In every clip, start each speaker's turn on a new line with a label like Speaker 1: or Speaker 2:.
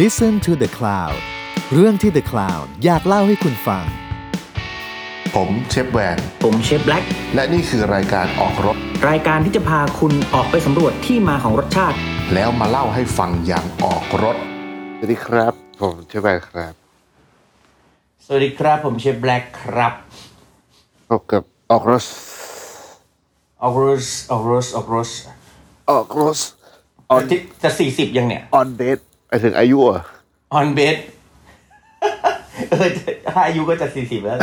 Speaker 1: Listen to the Cloud เรื่องที่ The Cloud อยากเล่าให้คุณฟัง
Speaker 2: ผมเชฟแวน
Speaker 3: ผมเชฟแบล็ก
Speaker 2: และนี่คือรายการออกรถ
Speaker 3: รายการที่จะพาคุณออกไปสำรวจที่มาของรสชาติ
Speaker 2: แล้วมาเล่าให้ฟังอย่างออกรถ
Speaker 4: สวัสดีครับ ผมเชฟแบงค์ครับ
Speaker 5: สวัสดีครับ ผมเชฟแบล็กครับ
Speaker 4: พบกับออกรส
Speaker 5: ออกรสออกรสออกรส
Speaker 4: ออกรสออน
Speaker 5: ที่จะสี่สิบยังเนี่ย
Speaker 4: ออนเดทไปถึงอายุเหรอ
Speaker 5: ออนเบส เออถ้าอายุก็จะสี่สิบแล้ว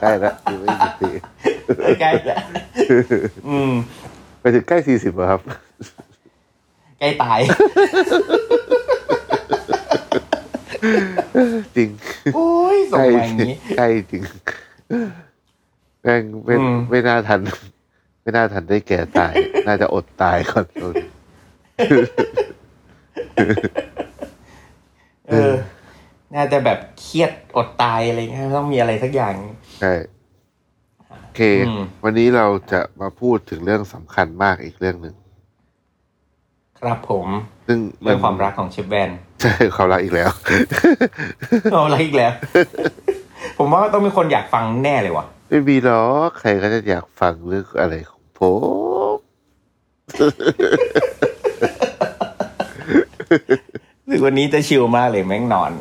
Speaker 4: ใกล้ละอยู่ไม่กี่ปี
Speaker 5: ใกล้แล้ว
Speaker 4: ไปถึงใกล้สี่สิบครับ
Speaker 5: ใกล้ตาย
Speaker 4: จริ ง
Speaker 5: โอ้ยส่
Speaker 4: ใก
Speaker 5: งมาอ
Speaker 4: ล้
Speaker 5: ย่างนี้
Speaker 4: ใกล้จริง แม่งไม่
Speaker 5: อืม
Speaker 4: ไม่น่าทัน ไม่น่าทันได้แก่ตาย น่าจะอดตายก่อน โดน
Speaker 5: เออ น่าจะแบบเครียดอดตายอะไรเงี้ยต้องมีอะไรสักอย่าง
Speaker 4: ใช่โอเค
Speaker 5: อืม
Speaker 4: วันนี้เราจะมาพูดถึงเรื่องสำคัญมากอีกเรื่องหนึ่ง
Speaker 5: ครับผม
Speaker 4: ซึ่งน
Speaker 5: เรื่องความรักของเชฟแบน
Speaker 4: ใช่ ความรักอีกแล้ว
Speaker 5: เอาอะไรอี กแล้ว ผมว่าต้องมีคนอยากฟังแน่เลยว่ะ
Speaker 4: ไม่มีหรอกใครก็จะอยากฟังเรื่องอะไรของผม
Speaker 5: หรือวันนี้จะชิลมากเลยแม่งนอน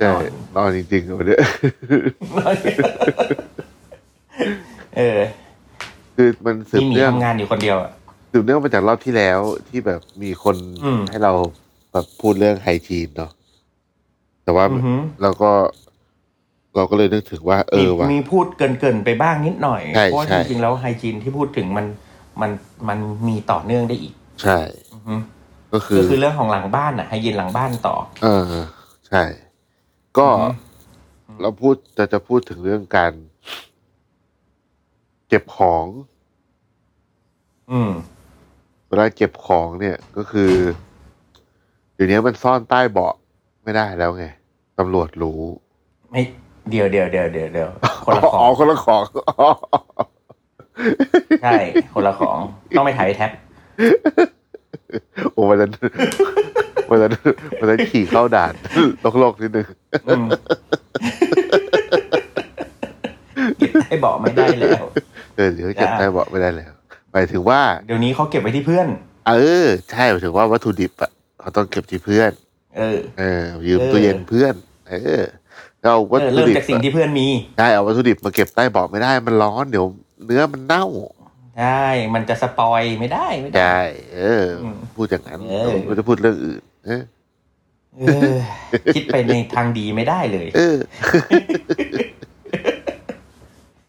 Speaker 5: น
Speaker 4: ใช่
Speaker 5: อน
Speaker 4: นอนจริงๆวันเนี้ย
Speaker 5: เออ
Speaker 4: คือมันสื
Speaker 5: ที่
Speaker 4: บ
Speaker 5: หมี
Speaker 4: เนื่อง
Speaker 5: ทำงานอยู่คนเดียวอะ
Speaker 4: สืบเนื่องมาจากรอบที่แล้วที่แบบมีคน
Speaker 5: อืม
Speaker 4: ให้เราแบบพูดเรื่องไฮจีนเนาะแต่ว่า
Speaker 5: อือหือ
Speaker 4: เราก็ เราก็เลยนึกถึงว่า เออว่ะ
Speaker 5: มีพูดเกินเกินๆไปบ้างนิดหน่อย
Speaker 4: ใช่
Speaker 5: เพราะว่า
Speaker 4: ใช่
Speaker 5: จริงๆแล้วไฮจีนที่พูดถึงมันมันมันมีต่อเนื่องได้อีก
Speaker 4: ใช่
Speaker 5: อือหือ
Speaker 4: ก็คื
Speaker 5: ก็
Speaker 4: อ
Speaker 5: คือเรื่องของหลังบ้านอ่ะไฮจีนหลังบ้านต่อ
Speaker 4: เออ ใช่ ก็เราพูดจะจะพูดถึงเรื่องการ เก็บของ
Speaker 5: อืม
Speaker 4: เวลาเก็บของเนี่ยก็คือเดี๋ยวนี้มันซ่อนใต้เบาะไม่ได้แล้วไงตำรวจรู้
Speaker 5: ไม่เดี๋ยวเดี๋ยวเดี๋ยวเดี๋ยว เดี๋ยวคนละข
Speaker 4: อ๋
Speaker 5: อ
Speaker 4: อง คนละของ อ๋อ
Speaker 5: ใช่ คนละของต้องไปถ่ายแท็บ
Speaker 4: โอ้วันนั้น วันนั้นวันนั้นขี่เข้าด่านโลกๆนิดนึง
Speaker 5: อืมเก็บใต้เบาะไม่ได้แล้ว
Speaker 4: เออเดี๋ยวเก็บใต้เบาะไม่ได้แล้วหมายถึงว่า
Speaker 5: เดี๋ยวนี้เขาเก็บไว้ที่เพื่อน
Speaker 4: เออ ใช่หมายถึงว่าวัตถุดิบอ่ะเขาต้องเก็บที่เพื่อน
Speaker 5: เออ
Speaker 4: เออ ยืม
Speaker 5: เออ
Speaker 4: ตู้เย็นเพื่อน เออแล้วเอาวัต
Speaker 5: เออ
Speaker 4: ถุ
Speaker 5: เริ่ม
Speaker 4: ดิบ
Speaker 5: จากสิ่งที่เพื่อนมี
Speaker 4: ใช่เอาวัตถุดิบมาเก็บใต้เบาะไม่ได้มันร้อนเดี๋ยวเนื้อมันเน่า
Speaker 5: ใช่ มันจะสปอยไม่ได้ไม่ได้
Speaker 4: ใช่เอออ
Speaker 5: ม
Speaker 4: พูดอย่างนั้น
Speaker 5: เออ
Speaker 4: เราจะพูดเรื่องอื่น เออ
Speaker 5: เออ คิดไปในทางดีไม่ได้เลย
Speaker 4: เออ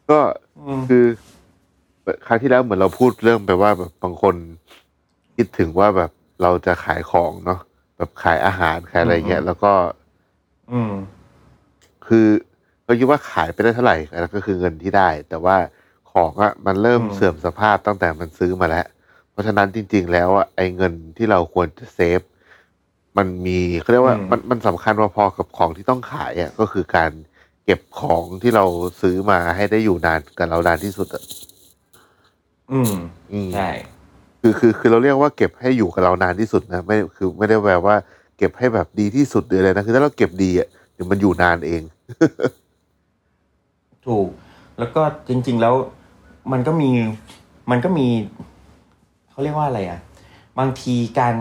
Speaker 4: ก็
Speaker 5: อืม
Speaker 4: คือครั้งที่แล้วเหมือนเราพูดเรื่องไปว่าแบบบางคนคิดถึงว่าแบบเราจะขายของเนาะแบบขายอาหารขายอะไรเงี้ยแล้วก็
Speaker 5: อืม
Speaker 4: คือเขาคิดว่าขายไปได้เท่าไหร่แล้วก็คือเงินที่ได้ แต่ว่าของอะมันเริ่ม
Speaker 5: อืม
Speaker 4: เสื่อมสภาพตั้งแต่มันซื้อมาแล้ว เพราะฉะนั้นจริง ๆ แล้วอะไอ้เงินที่เราควรจะเซฟ มันมีเขาเรียกว่า
Speaker 5: อืม
Speaker 4: มันมันสำคัญพอๆกับของที่ต้องขายอ่ะก็คือการเก็บของที่เราซื้อมาให้ได้อยู่นานกับเรานานที่สุดอ่ะ
Speaker 5: อืม
Speaker 4: อืม
Speaker 5: ใช่
Speaker 4: คือคือคือเราเรียกว่าเก็บให้อยู่กับเรานานที่สุดนะไม่คือไม่ได้แปลว่า เก็บให้แบบดีที่สุดหรืออะไรนะคือถ้าเราเก็บดีอ่ะเดี๋ยวมันอยู่นานเอง
Speaker 5: ถูก แล้วก็จริง ๆ แล้ว มันก็มี มันก็มีเขาเรียกว่าอะไรอ่ะ บางทีการ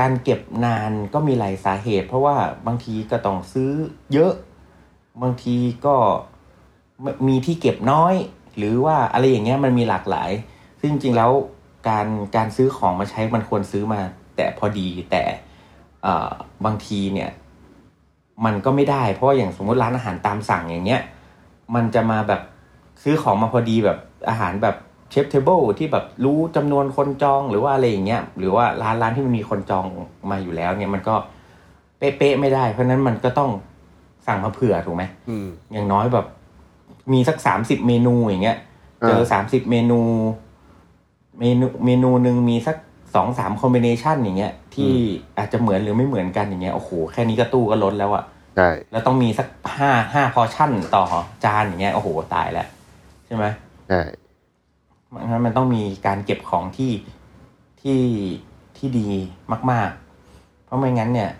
Speaker 5: การเก็บนานก็มีหลายสาเหตุ เพราะว่าบางทีก็ต้องซื้อเยอะ บางทีก็ไม่มีที่เก็บน้อย หรือว่าอะไรอย่างเงี้ยมันมีหลากหลาย ซึ่งจริงๆแล้วการการซื้อของมาใช้มันควรซื้อมา แต่พอดีแต่เอ่อบางทีเนี่ย มันก็ไม่ได้ เพราะว่าอย่างสมมติร้านอาหารตามสั่งอย่างเงี้ย มันจะมาแบบซื้อของมาพอดีแบบอาหารแบบเชฟเทเบิลที่แบบรู้จำนวนคนจองหรือว่าอะไรอย่างเงี้ยหรือว่าร้านร้านที่มันมีคนจองมาอยู่แล้ว เนี่ยมันก็เป๊ะๆไม่ได้ เพราะฉะนั้นมันก็ต้องสั่งมาเผื่อถูกไหม
Speaker 4: อืม
Speaker 5: อย่างน้อยแบบมีสักสามสิบเมนูอย่างเงี้ย
Speaker 4: อ่า
Speaker 5: เจอสามสิบเมนู เมนูเมนูหนึ่งมีสักสองสามคอมบิเนชันอย่างเงี้ย ที่อาจจะเหมือนหรือไม่เหมือนกันอย่างเงี้ยโอ้โหแค่นี้ก็ตู้ก็ล้นแล้วอะ
Speaker 4: ใช่
Speaker 5: แล้วต้องมีสักห้าห้าพอชั่นต่อจานอย่างเงี้ยโอ้โหตายแล้วใช่ไหม
Speaker 4: ใช่
Speaker 5: งั้นมันต้องมีการเก็บของที่ที่ที่ดีมาก ๆ เพราะไม่งั้นเนี่ย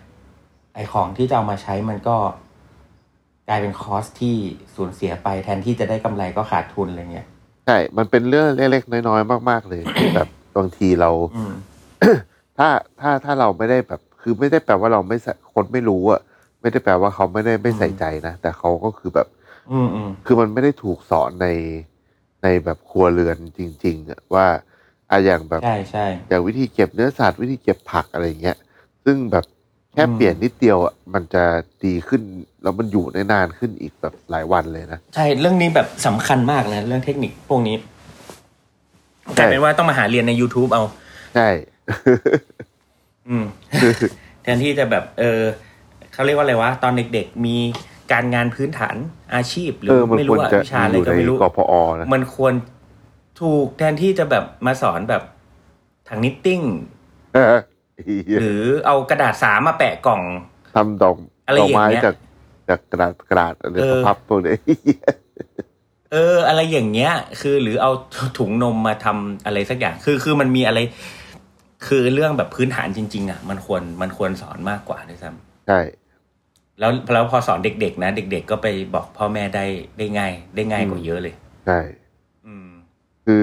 Speaker 5: ไอของที่จะเอามาใช้มันก็กลายเป็นคอสที่สูญเสียไปแทนที่จะได้กำไรก็ขาดทุนอะไรเงี้ย
Speaker 4: ใช่ มันเป็นเรื่องเล็กๆน้อยๆมาก ๆ เลย ที่แบบบางทีเรา
Speaker 5: อืม
Speaker 4: ถ้าถ้าถ้าเราไม่ได้แบบ คือไม่ได้แปลว่าเราไม่ใส่คนไม่รู้อะไม่ได้แปลว่าเขาไม่ได้ไม่ใส่ใจนะ แต่เขาก็คือแบบ
Speaker 5: อืมอืม
Speaker 4: คือมันไม่ได้ถูกสอนในในแบบครัวเรือนจริง ๆอะว่าอะอย่างแบบ
Speaker 5: ใช่ใช่
Speaker 4: อย่างวิธีเก็บเนื้อสัตว์วิธีเก็บผักอะไรอย่างเงี้ย ซึ่งแบบแค่
Speaker 5: อืม
Speaker 4: เปลี่ยนนิดเดียวอ่ะมันจะดีขึ้น แล้วมันอยู่ได้นานขึ้นอีกแบบหลายวันเลยนะ
Speaker 5: ใช่เรื่องนี้แบบสำคัญมากเลยนะเรื่องเทคนิคพวกนี้ก
Speaker 4: ใช่
Speaker 5: ลายเป็นว่าต้องมาหาเรียนใน YouTube เอา
Speaker 4: ใช่
Speaker 5: อืม แทนที่จะแบบ เออเขาเรียกว่าอะไรวะ ตอนเด็กๆมีการงานพื้นฐานอาชีพ หรื
Speaker 4: เอ
Speaker 5: อ
Speaker 4: อมัน
Speaker 5: ไม่
Speaker 4: คว
Speaker 5: รู้
Speaker 4: ร
Speaker 5: ว่า
Speaker 4: จะ
Speaker 5: วิชาอะ
Speaker 4: อ
Speaker 5: ไร
Speaker 4: ยู่
Speaker 5: ก็
Speaker 4: ใน
Speaker 5: ไม่รู้
Speaker 4: กพอนะ
Speaker 5: มันควรถูกแทนที่จะแบบมาสอนแบบถังนิตติ้ง
Speaker 4: เออเหี้ย
Speaker 5: หรือเอากระดาษสามาแปะกล่อง
Speaker 4: ทำดอก
Speaker 5: อะไร
Speaker 4: ด
Speaker 5: อ
Speaker 4: อก
Speaker 5: ย่างเงี้ย
Speaker 4: ไม้จากจากกระดาษกระดาษอะไร
Speaker 5: เออ
Speaker 4: พับพวกนี้ เหี้ย
Speaker 5: เออ อะไรอย่างเงี้ย คือหรือเอาถุงนมมาทำอะไรสักอย่าง คือคือมันมีอะไร คือเรื่องแบบพื้นฐานจริง ๆอ่ะมันควรมันควรสอนมากกว่าด้วยซ้
Speaker 4: ใช่
Speaker 5: ำแล้วแล้วพอสอนเด็ก ๆ นะ เด็ก ๆ ก็ไปบอกพ่อแม่ได้ได้ง่าย ได้ง่ายกว่าเยอะเลย
Speaker 4: ใช่
Speaker 5: อืม
Speaker 4: คือ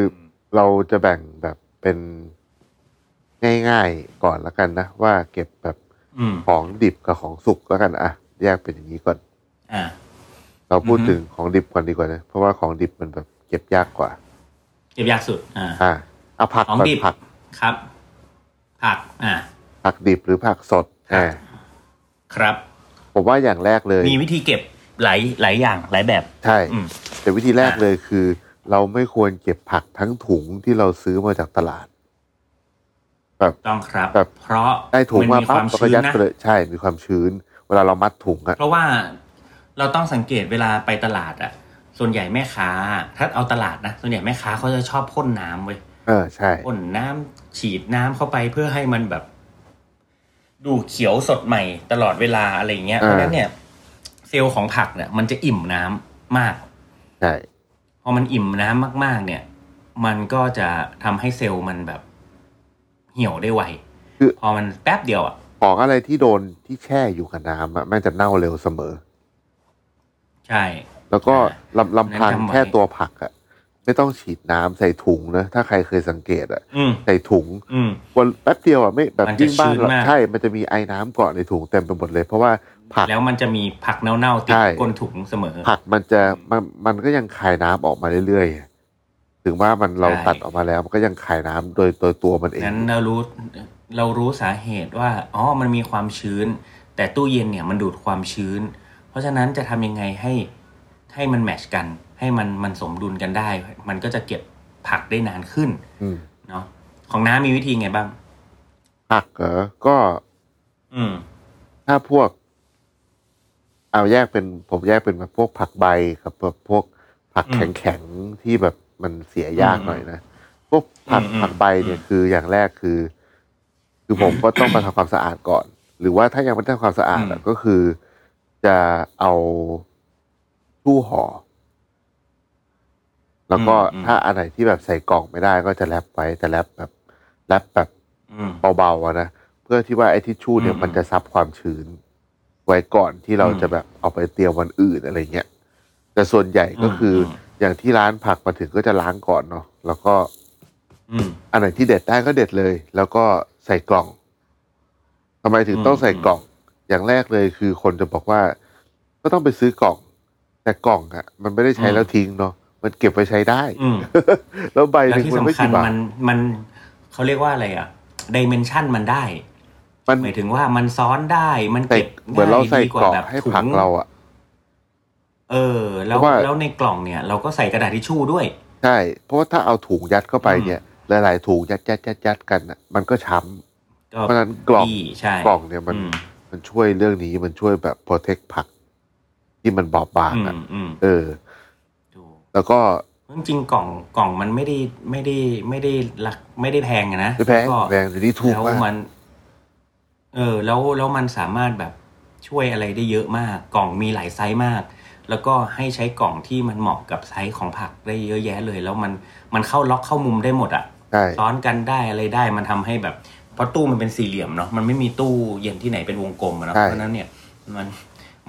Speaker 4: เราจะแบ่งแบบเป็นง่ายๆก่อนละกันนะ ว่าเก็บแบบ
Speaker 5: อืม
Speaker 4: ของดิบกับของสุกแล้วกันอ่ะแยกเป็นอย่างนี้ก่อน
Speaker 5: อ่า
Speaker 4: เราพูด
Speaker 5: อือฮึ
Speaker 4: ถึงของดิบก่อนดีกว่านะเพราะว่าของดิบมันแบบเก็บยากกว่า
Speaker 5: เก็บยากสุด อ่า
Speaker 4: อ่าเอาผัก
Speaker 5: ของ
Speaker 4: ก่อน
Speaker 5: ดิบ
Speaker 4: ผัก
Speaker 5: ครับ ผัก อ่า
Speaker 4: ผักดิบหรือผักสดอ่า
Speaker 5: ครับ
Speaker 4: ผมว่าอย่างแรกเลย
Speaker 5: มีวิธีเก็บหลายหลายอย่างหลายแบบ
Speaker 4: ใช่
Speaker 5: อืม
Speaker 4: แต่วิธีแรกเลยคือ เราไม่ควรเก็บผักทั้งถุงที่เราซื้อมาจากตลาด แบบ
Speaker 5: ต้องครับ
Speaker 4: แบบ
Speaker 5: เพราะ
Speaker 4: ได้ถุง
Speaker 5: น
Speaker 4: มา
Speaker 5: ค
Speaker 4: ปั๊บ
Speaker 5: วาม
Speaker 4: เราก็
Speaker 5: ชื้น
Speaker 4: ยัด
Speaker 5: นะ
Speaker 4: ไปเลยใช่มีความชื้น เวลาเรามัดถุงอะ
Speaker 5: เพราะว่าเราต้องสังเกตเวลาไปตลาดอะส่วนใหญ่แม่ค้า ถ้าเอาตลาดนะส่วนใหญ่แม่ค้าเขาจะชอบพ่นน้ำเว้ย
Speaker 4: เออใช่
Speaker 5: พ่นน้ำฉีดน้ำเข้าไปเพื่อให้มันแบบ ดูเขียวสดใหม่ตลอดเวลาอะไรอย่างเงี้ยเพราะฉะนั้นเนี่ย เซลล์ของผักเนี่ย มันจะอิ่มน้ำมาก
Speaker 4: ใช่
Speaker 5: พอมันอิ่มน้ำมาก ๆ เนี่ย มันก็จะทำให้เซลล์มันแบบ เหี่ยวได้ไวพอมันแป๊บเดียวอะ
Speaker 4: ของอะไรที่โดนที่แช่อยู่กับน้ำอะแม่งจะเน่าเร็วเสมอ
Speaker 5: ใช่
Speaker 4: แล้วก็
Speaker 5: อ่า
Speaker 4: ลำลำพัง
Speaker 5: แนะนำไว้
Speaker 4: แค่ตัวผักอะไม่ต้องฉีดน้ำใส่ถุงนะ ถ้าใครเคยสังเกตอะ
Speaker 5: อืม
Speaker 4: ใส่ถุง
Speaker 5: อืม
Speaker 4: วันแป๊บเดียวอะไม่แบบ
Speaker 5: มันจะ
Speaker 4: ยิ่งบ้าน
Speaker 5: ชื้นมาก
Speaker 4: ใช่ มันจะมีไอ้น้ำเกาะในถุงเต็มไปหมดเลย เพราะว่าผัก
Speaker 5: แล้วมันจะมีผักเน่าๆติด
Speaker 4: ใช่
Speaker 5: ก้นถุงเสมอ
Speaker 4: ผักมันจะมันมันก็ยังคายน้ำออกมาเรื่อยๆ ถึงว่ามันเรา
Speaker 5: ใช่
Speaker 4: ตัดออกมาแล้ว มันก็ยังคายน้ำโดยโดยตัวมันเอง
Speaker 5: งั้นเรารู้เรารู้สาเหตุว่าอ๋อมันมีความชื้น แต่ตู้เย็นเนี่ยมันดูดความชื้น เพราะฉะนั้นจะทำยังไงให้ให้มันแมชกัน ให้มันมันสมดุลกันได้ มันก็จะเก็บผักได้นานขึ้น
Speaker 4: อืม
Speaker 5: เนาะของน้ามีวิธีไงบ้าง
Speaker 4: ผักเหรอก็
Speaker 5: อืม
Speaker 4: ถ้าพวก เอาแยกเป็นผมแยกเป็นแบบพวกผักใบกับแบบพวกผัก
Speaker 5: อื
Speaker 4: แข็
Speaker 5: ม
Speaker 4: งๆที่แบบมันเสียยากหน่อยนะพวกผัก
Speaker 5: อืมอืม
Speaker 4: ผักใบเนี่ยคืออย่างแรกคือ คือผมก็ต้องมาทำความสะอาดก่อน หรือว่าถ้ายังไม่ได้ทำความสะอาดอะก็คือ จะเอาตู้ห่อแล้วก็
Speaker 5: อืม
Speaker 4: ถ้าอันไหนที่แบบใส่กล่องไม่ได้ก็จะแรปไว้แต่แรปแบบแรปแบบ
Speaker 5: อืม
Speaker 4: เบาๆอะนะเพื่อที่ว่าไอ้ทิชชู่เนี่ย
Speaker 5: อืม
Speaker 4: มันจะซับความชื้น ไว้ก่อนที่เรา
Speaker 5: อืม
Speaker 4: จะแบบเอาไปเตรียมวันอื่นอะไรเงี้ยแต่ส่วนใหญ่ก็
Speaker 5: อืม
Speaker 4: คืออ
Speaker 5: ม
Speaker 4: อย่างที่ร้านผักมาถึงก็จะล้างก่อนเนาะแล้วก็
Speaker 5: อืม
Speaker 4: อันไหนที่เด็ดได้ก็เด็ดเลย แล้วก็ใส่กล่องทำไมถึง
Speaker 5: อืม
Speaker 4: ต้องใส่กล่อง อย่างแรกเลยคือคนจะบอกว่า ก็ต้องไปซื้อกล่อง แต่กล่องอะมันไม่ได้ใช้แล้วทิ้งเนาะมันเก็บไปใช้ได้
Speaker 5: อืม
Speaker 4: แล้วใบห
Speaker 5: แล้ว
Speaker 4: นึ่ง
Speaker 5: ที่
Speaker 4: มัน
Speaker 5: สำ
Speaker 4: ไม่
Speaker 5: คัญ
Speaker 4: กี่บาท
Speaker 5: มันมันเขาเรียกว่าอะไรอะดิเมนชันมันได้
Speaker 4: มัน
Speaker 5: หมายถึงว่ามันซ้อนได้มัน
Speaker 4: ใส่
Speaker 5: เก็บ
Speaker 4: เหมือนเรา
Speaker 5: ง่ย
Speaker 4: ใส่
Speaker 5: ดีว่
Speaker 4: กล่อง
Speaker 5: แบบ
Speaker 4: ให้
Speaker 5: ถุง
Speaker 4: ผักเราอะ
Speaker 5: เออ แล้ว
Speaker 4: เพราะว่า
Speaker 5: แล้วในกล่องเนี่ย เราก็ใส่กระดาษทิชชู่ด้วย
Speaker 4: ใช่ เพราะว่าถ้าเอาถุงยัดเข้าไปเนี่ย หลาย ๆ ถุงยัดยัดยัดยัดกันน่ะมันก็ช้
Speaker 5: ก็
Speaker 4: ำ เพราะฉะนั้นกล่อง
Speaker 5: ดีใช่
Speaker 4: กล่องเนี่ยมัน
Speaker 5: อืม
Speaker 4: มันช่วยเรื่องนี้มันช่วยแบบโปรเทคผัก ที่มันบอบบาง
Speaker 5: อื
Speaker 4: อ่ะ
Speaker 5: มอืม
Speaker 4: เออ
Speaker 5: ถูก
Speaker 4: แล้วก็
Speaker 5: จริงๆกล่องกล่องมันไม่ได้ไม่ได้ไม่ได้รักไม่ได้แพงอะนะ
Speaker 4: ไม่แพง
Speaker 5: ล้วก็
Speaker 4: แพงเดี๋ยวนี้ถูก
Speaker 5: แล้ว
Speaker 4: มาก
Speaker 5: มัน เออ แล้วแล้วมันสามารถแบบช่วยอะไรได้เยอะมาก กล่องมีหลายไซส์มาก แล้วก็ให้ใช้กล่องที่มันเหมาะกับไซส์ของผักได้เยอะแยะเลย แล้วมันมันเข้าล็อกเข้ามุมได้หมดอ่ะ
Speaker 4: ใช่
Speaker 5: ซ้อนกันได้อะไรได้มันทำให้แบบ เพราะตู้มันเป็นสี่เหลี่ยมเนาะมันไม่มีตู้เย็นที่ไหนเป็นวงกลมอะเนาะ
Speaker 4: ใช่
Speaker 5: เพราะฉะนั้นเนี่ยมัน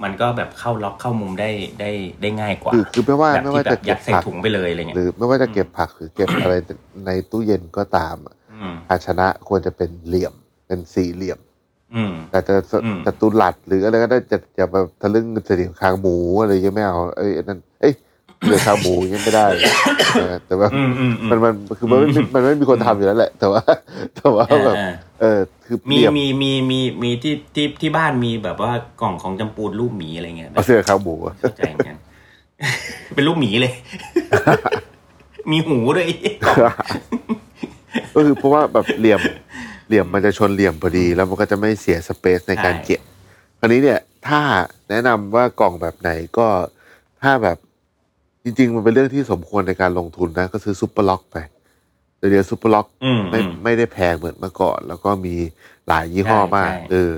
Speaker 5: มันก็แบบเข้าล็อกเข้ามุมได้ได้ได้ง่ายกว่า
Speaker 4: คือคือไม่ว่า
Speaker 5: แบบที่
Speaker 4: ไม่ว่า
Speaker 5: แบ
Speaker 4: จะ
Speaker 5: บยั
Speaker 4: เก็
Speaker 5: ด
Speaker 4: บ
Speaker 5: ใส่
Speaker 4: ผัก
Speaker 5: ถุงไปเลยอะไรเงี้ย
Speaker 4: หรือไม่ว่าจะเก็บผักหรือเก็บอะไรในตู้เย็นก็ตามอะ
Speaker 5: อืม
Speaker 4: ภาชนะควรจะเป็นเหลี่ยมเป็นสี่เหลี่ยม
Speaker 5: อืม
Speaker 4: แต่จะ
Speaker 5: อืม
Speaker 4: จะตุลัดหรืออะไรก็ได้จะจะแบบทะลึ่งเสียงคางหมูอะไรอยังยไม่เอาเอ้ยอันนั่นเอ้ยเสียงคางหมูอยังยไม่ได้ เออแต่ว่า
Speaker 5: อืมอืมอืม
Speaker 4: มันมันคือมันไม่
Speaker 5: อืม
Speaker 4: มันไม่มีคนทำอยู่แล้วแหละ แต่ว่า แต่ว่า
Speaker 5: อ่า
Speaker 4: แบบ
Speaker 5: อ่า
Speaker 4: เออคือ
Speaker 5: มี
Speaker 4: เรียบ
Speaker 5: มีมีมีมีที่ที่ที่บ้านมีแบบว่ากล่องของจำปูนรูปหมีอะไรเงี้ย
Speaker 4: เอาเสียงคางหมูอะ
Speaker 5: เข้าใจเหมือนกัน เป็นรูปหมีเลย มีหูด้วย
Speaker 4: ก็คือเพราะว่าแบบเหลี่ยมเหลี่ยมมันจะชนเหลี่ยมพอดี แล้วมันก็จะไม่เสียสเปซในการ
Speaker 5: ใช่
Speaker 4: เก็บคราวนี้เนี่ย ถ้าแนะนำว่ากล่องแบบไหนก็ถ้าแบบจริง ๆ มันเป็นเรื่องที่สมควรในการลงทุนนะ ก็ซื้อซุปเปอร์ล็อกไปเดี๋ยวเดี๋ยวซุปเปอร์ล็อก
Speaker 5: อืม
Speaker 4: ไม่ไม่ได้แพงเหมือนเมื่อก่อน แล้วก็มีหลายยี่ห้อมาก
Speaker 5: ใช่ใช่
Speaker 4: เออ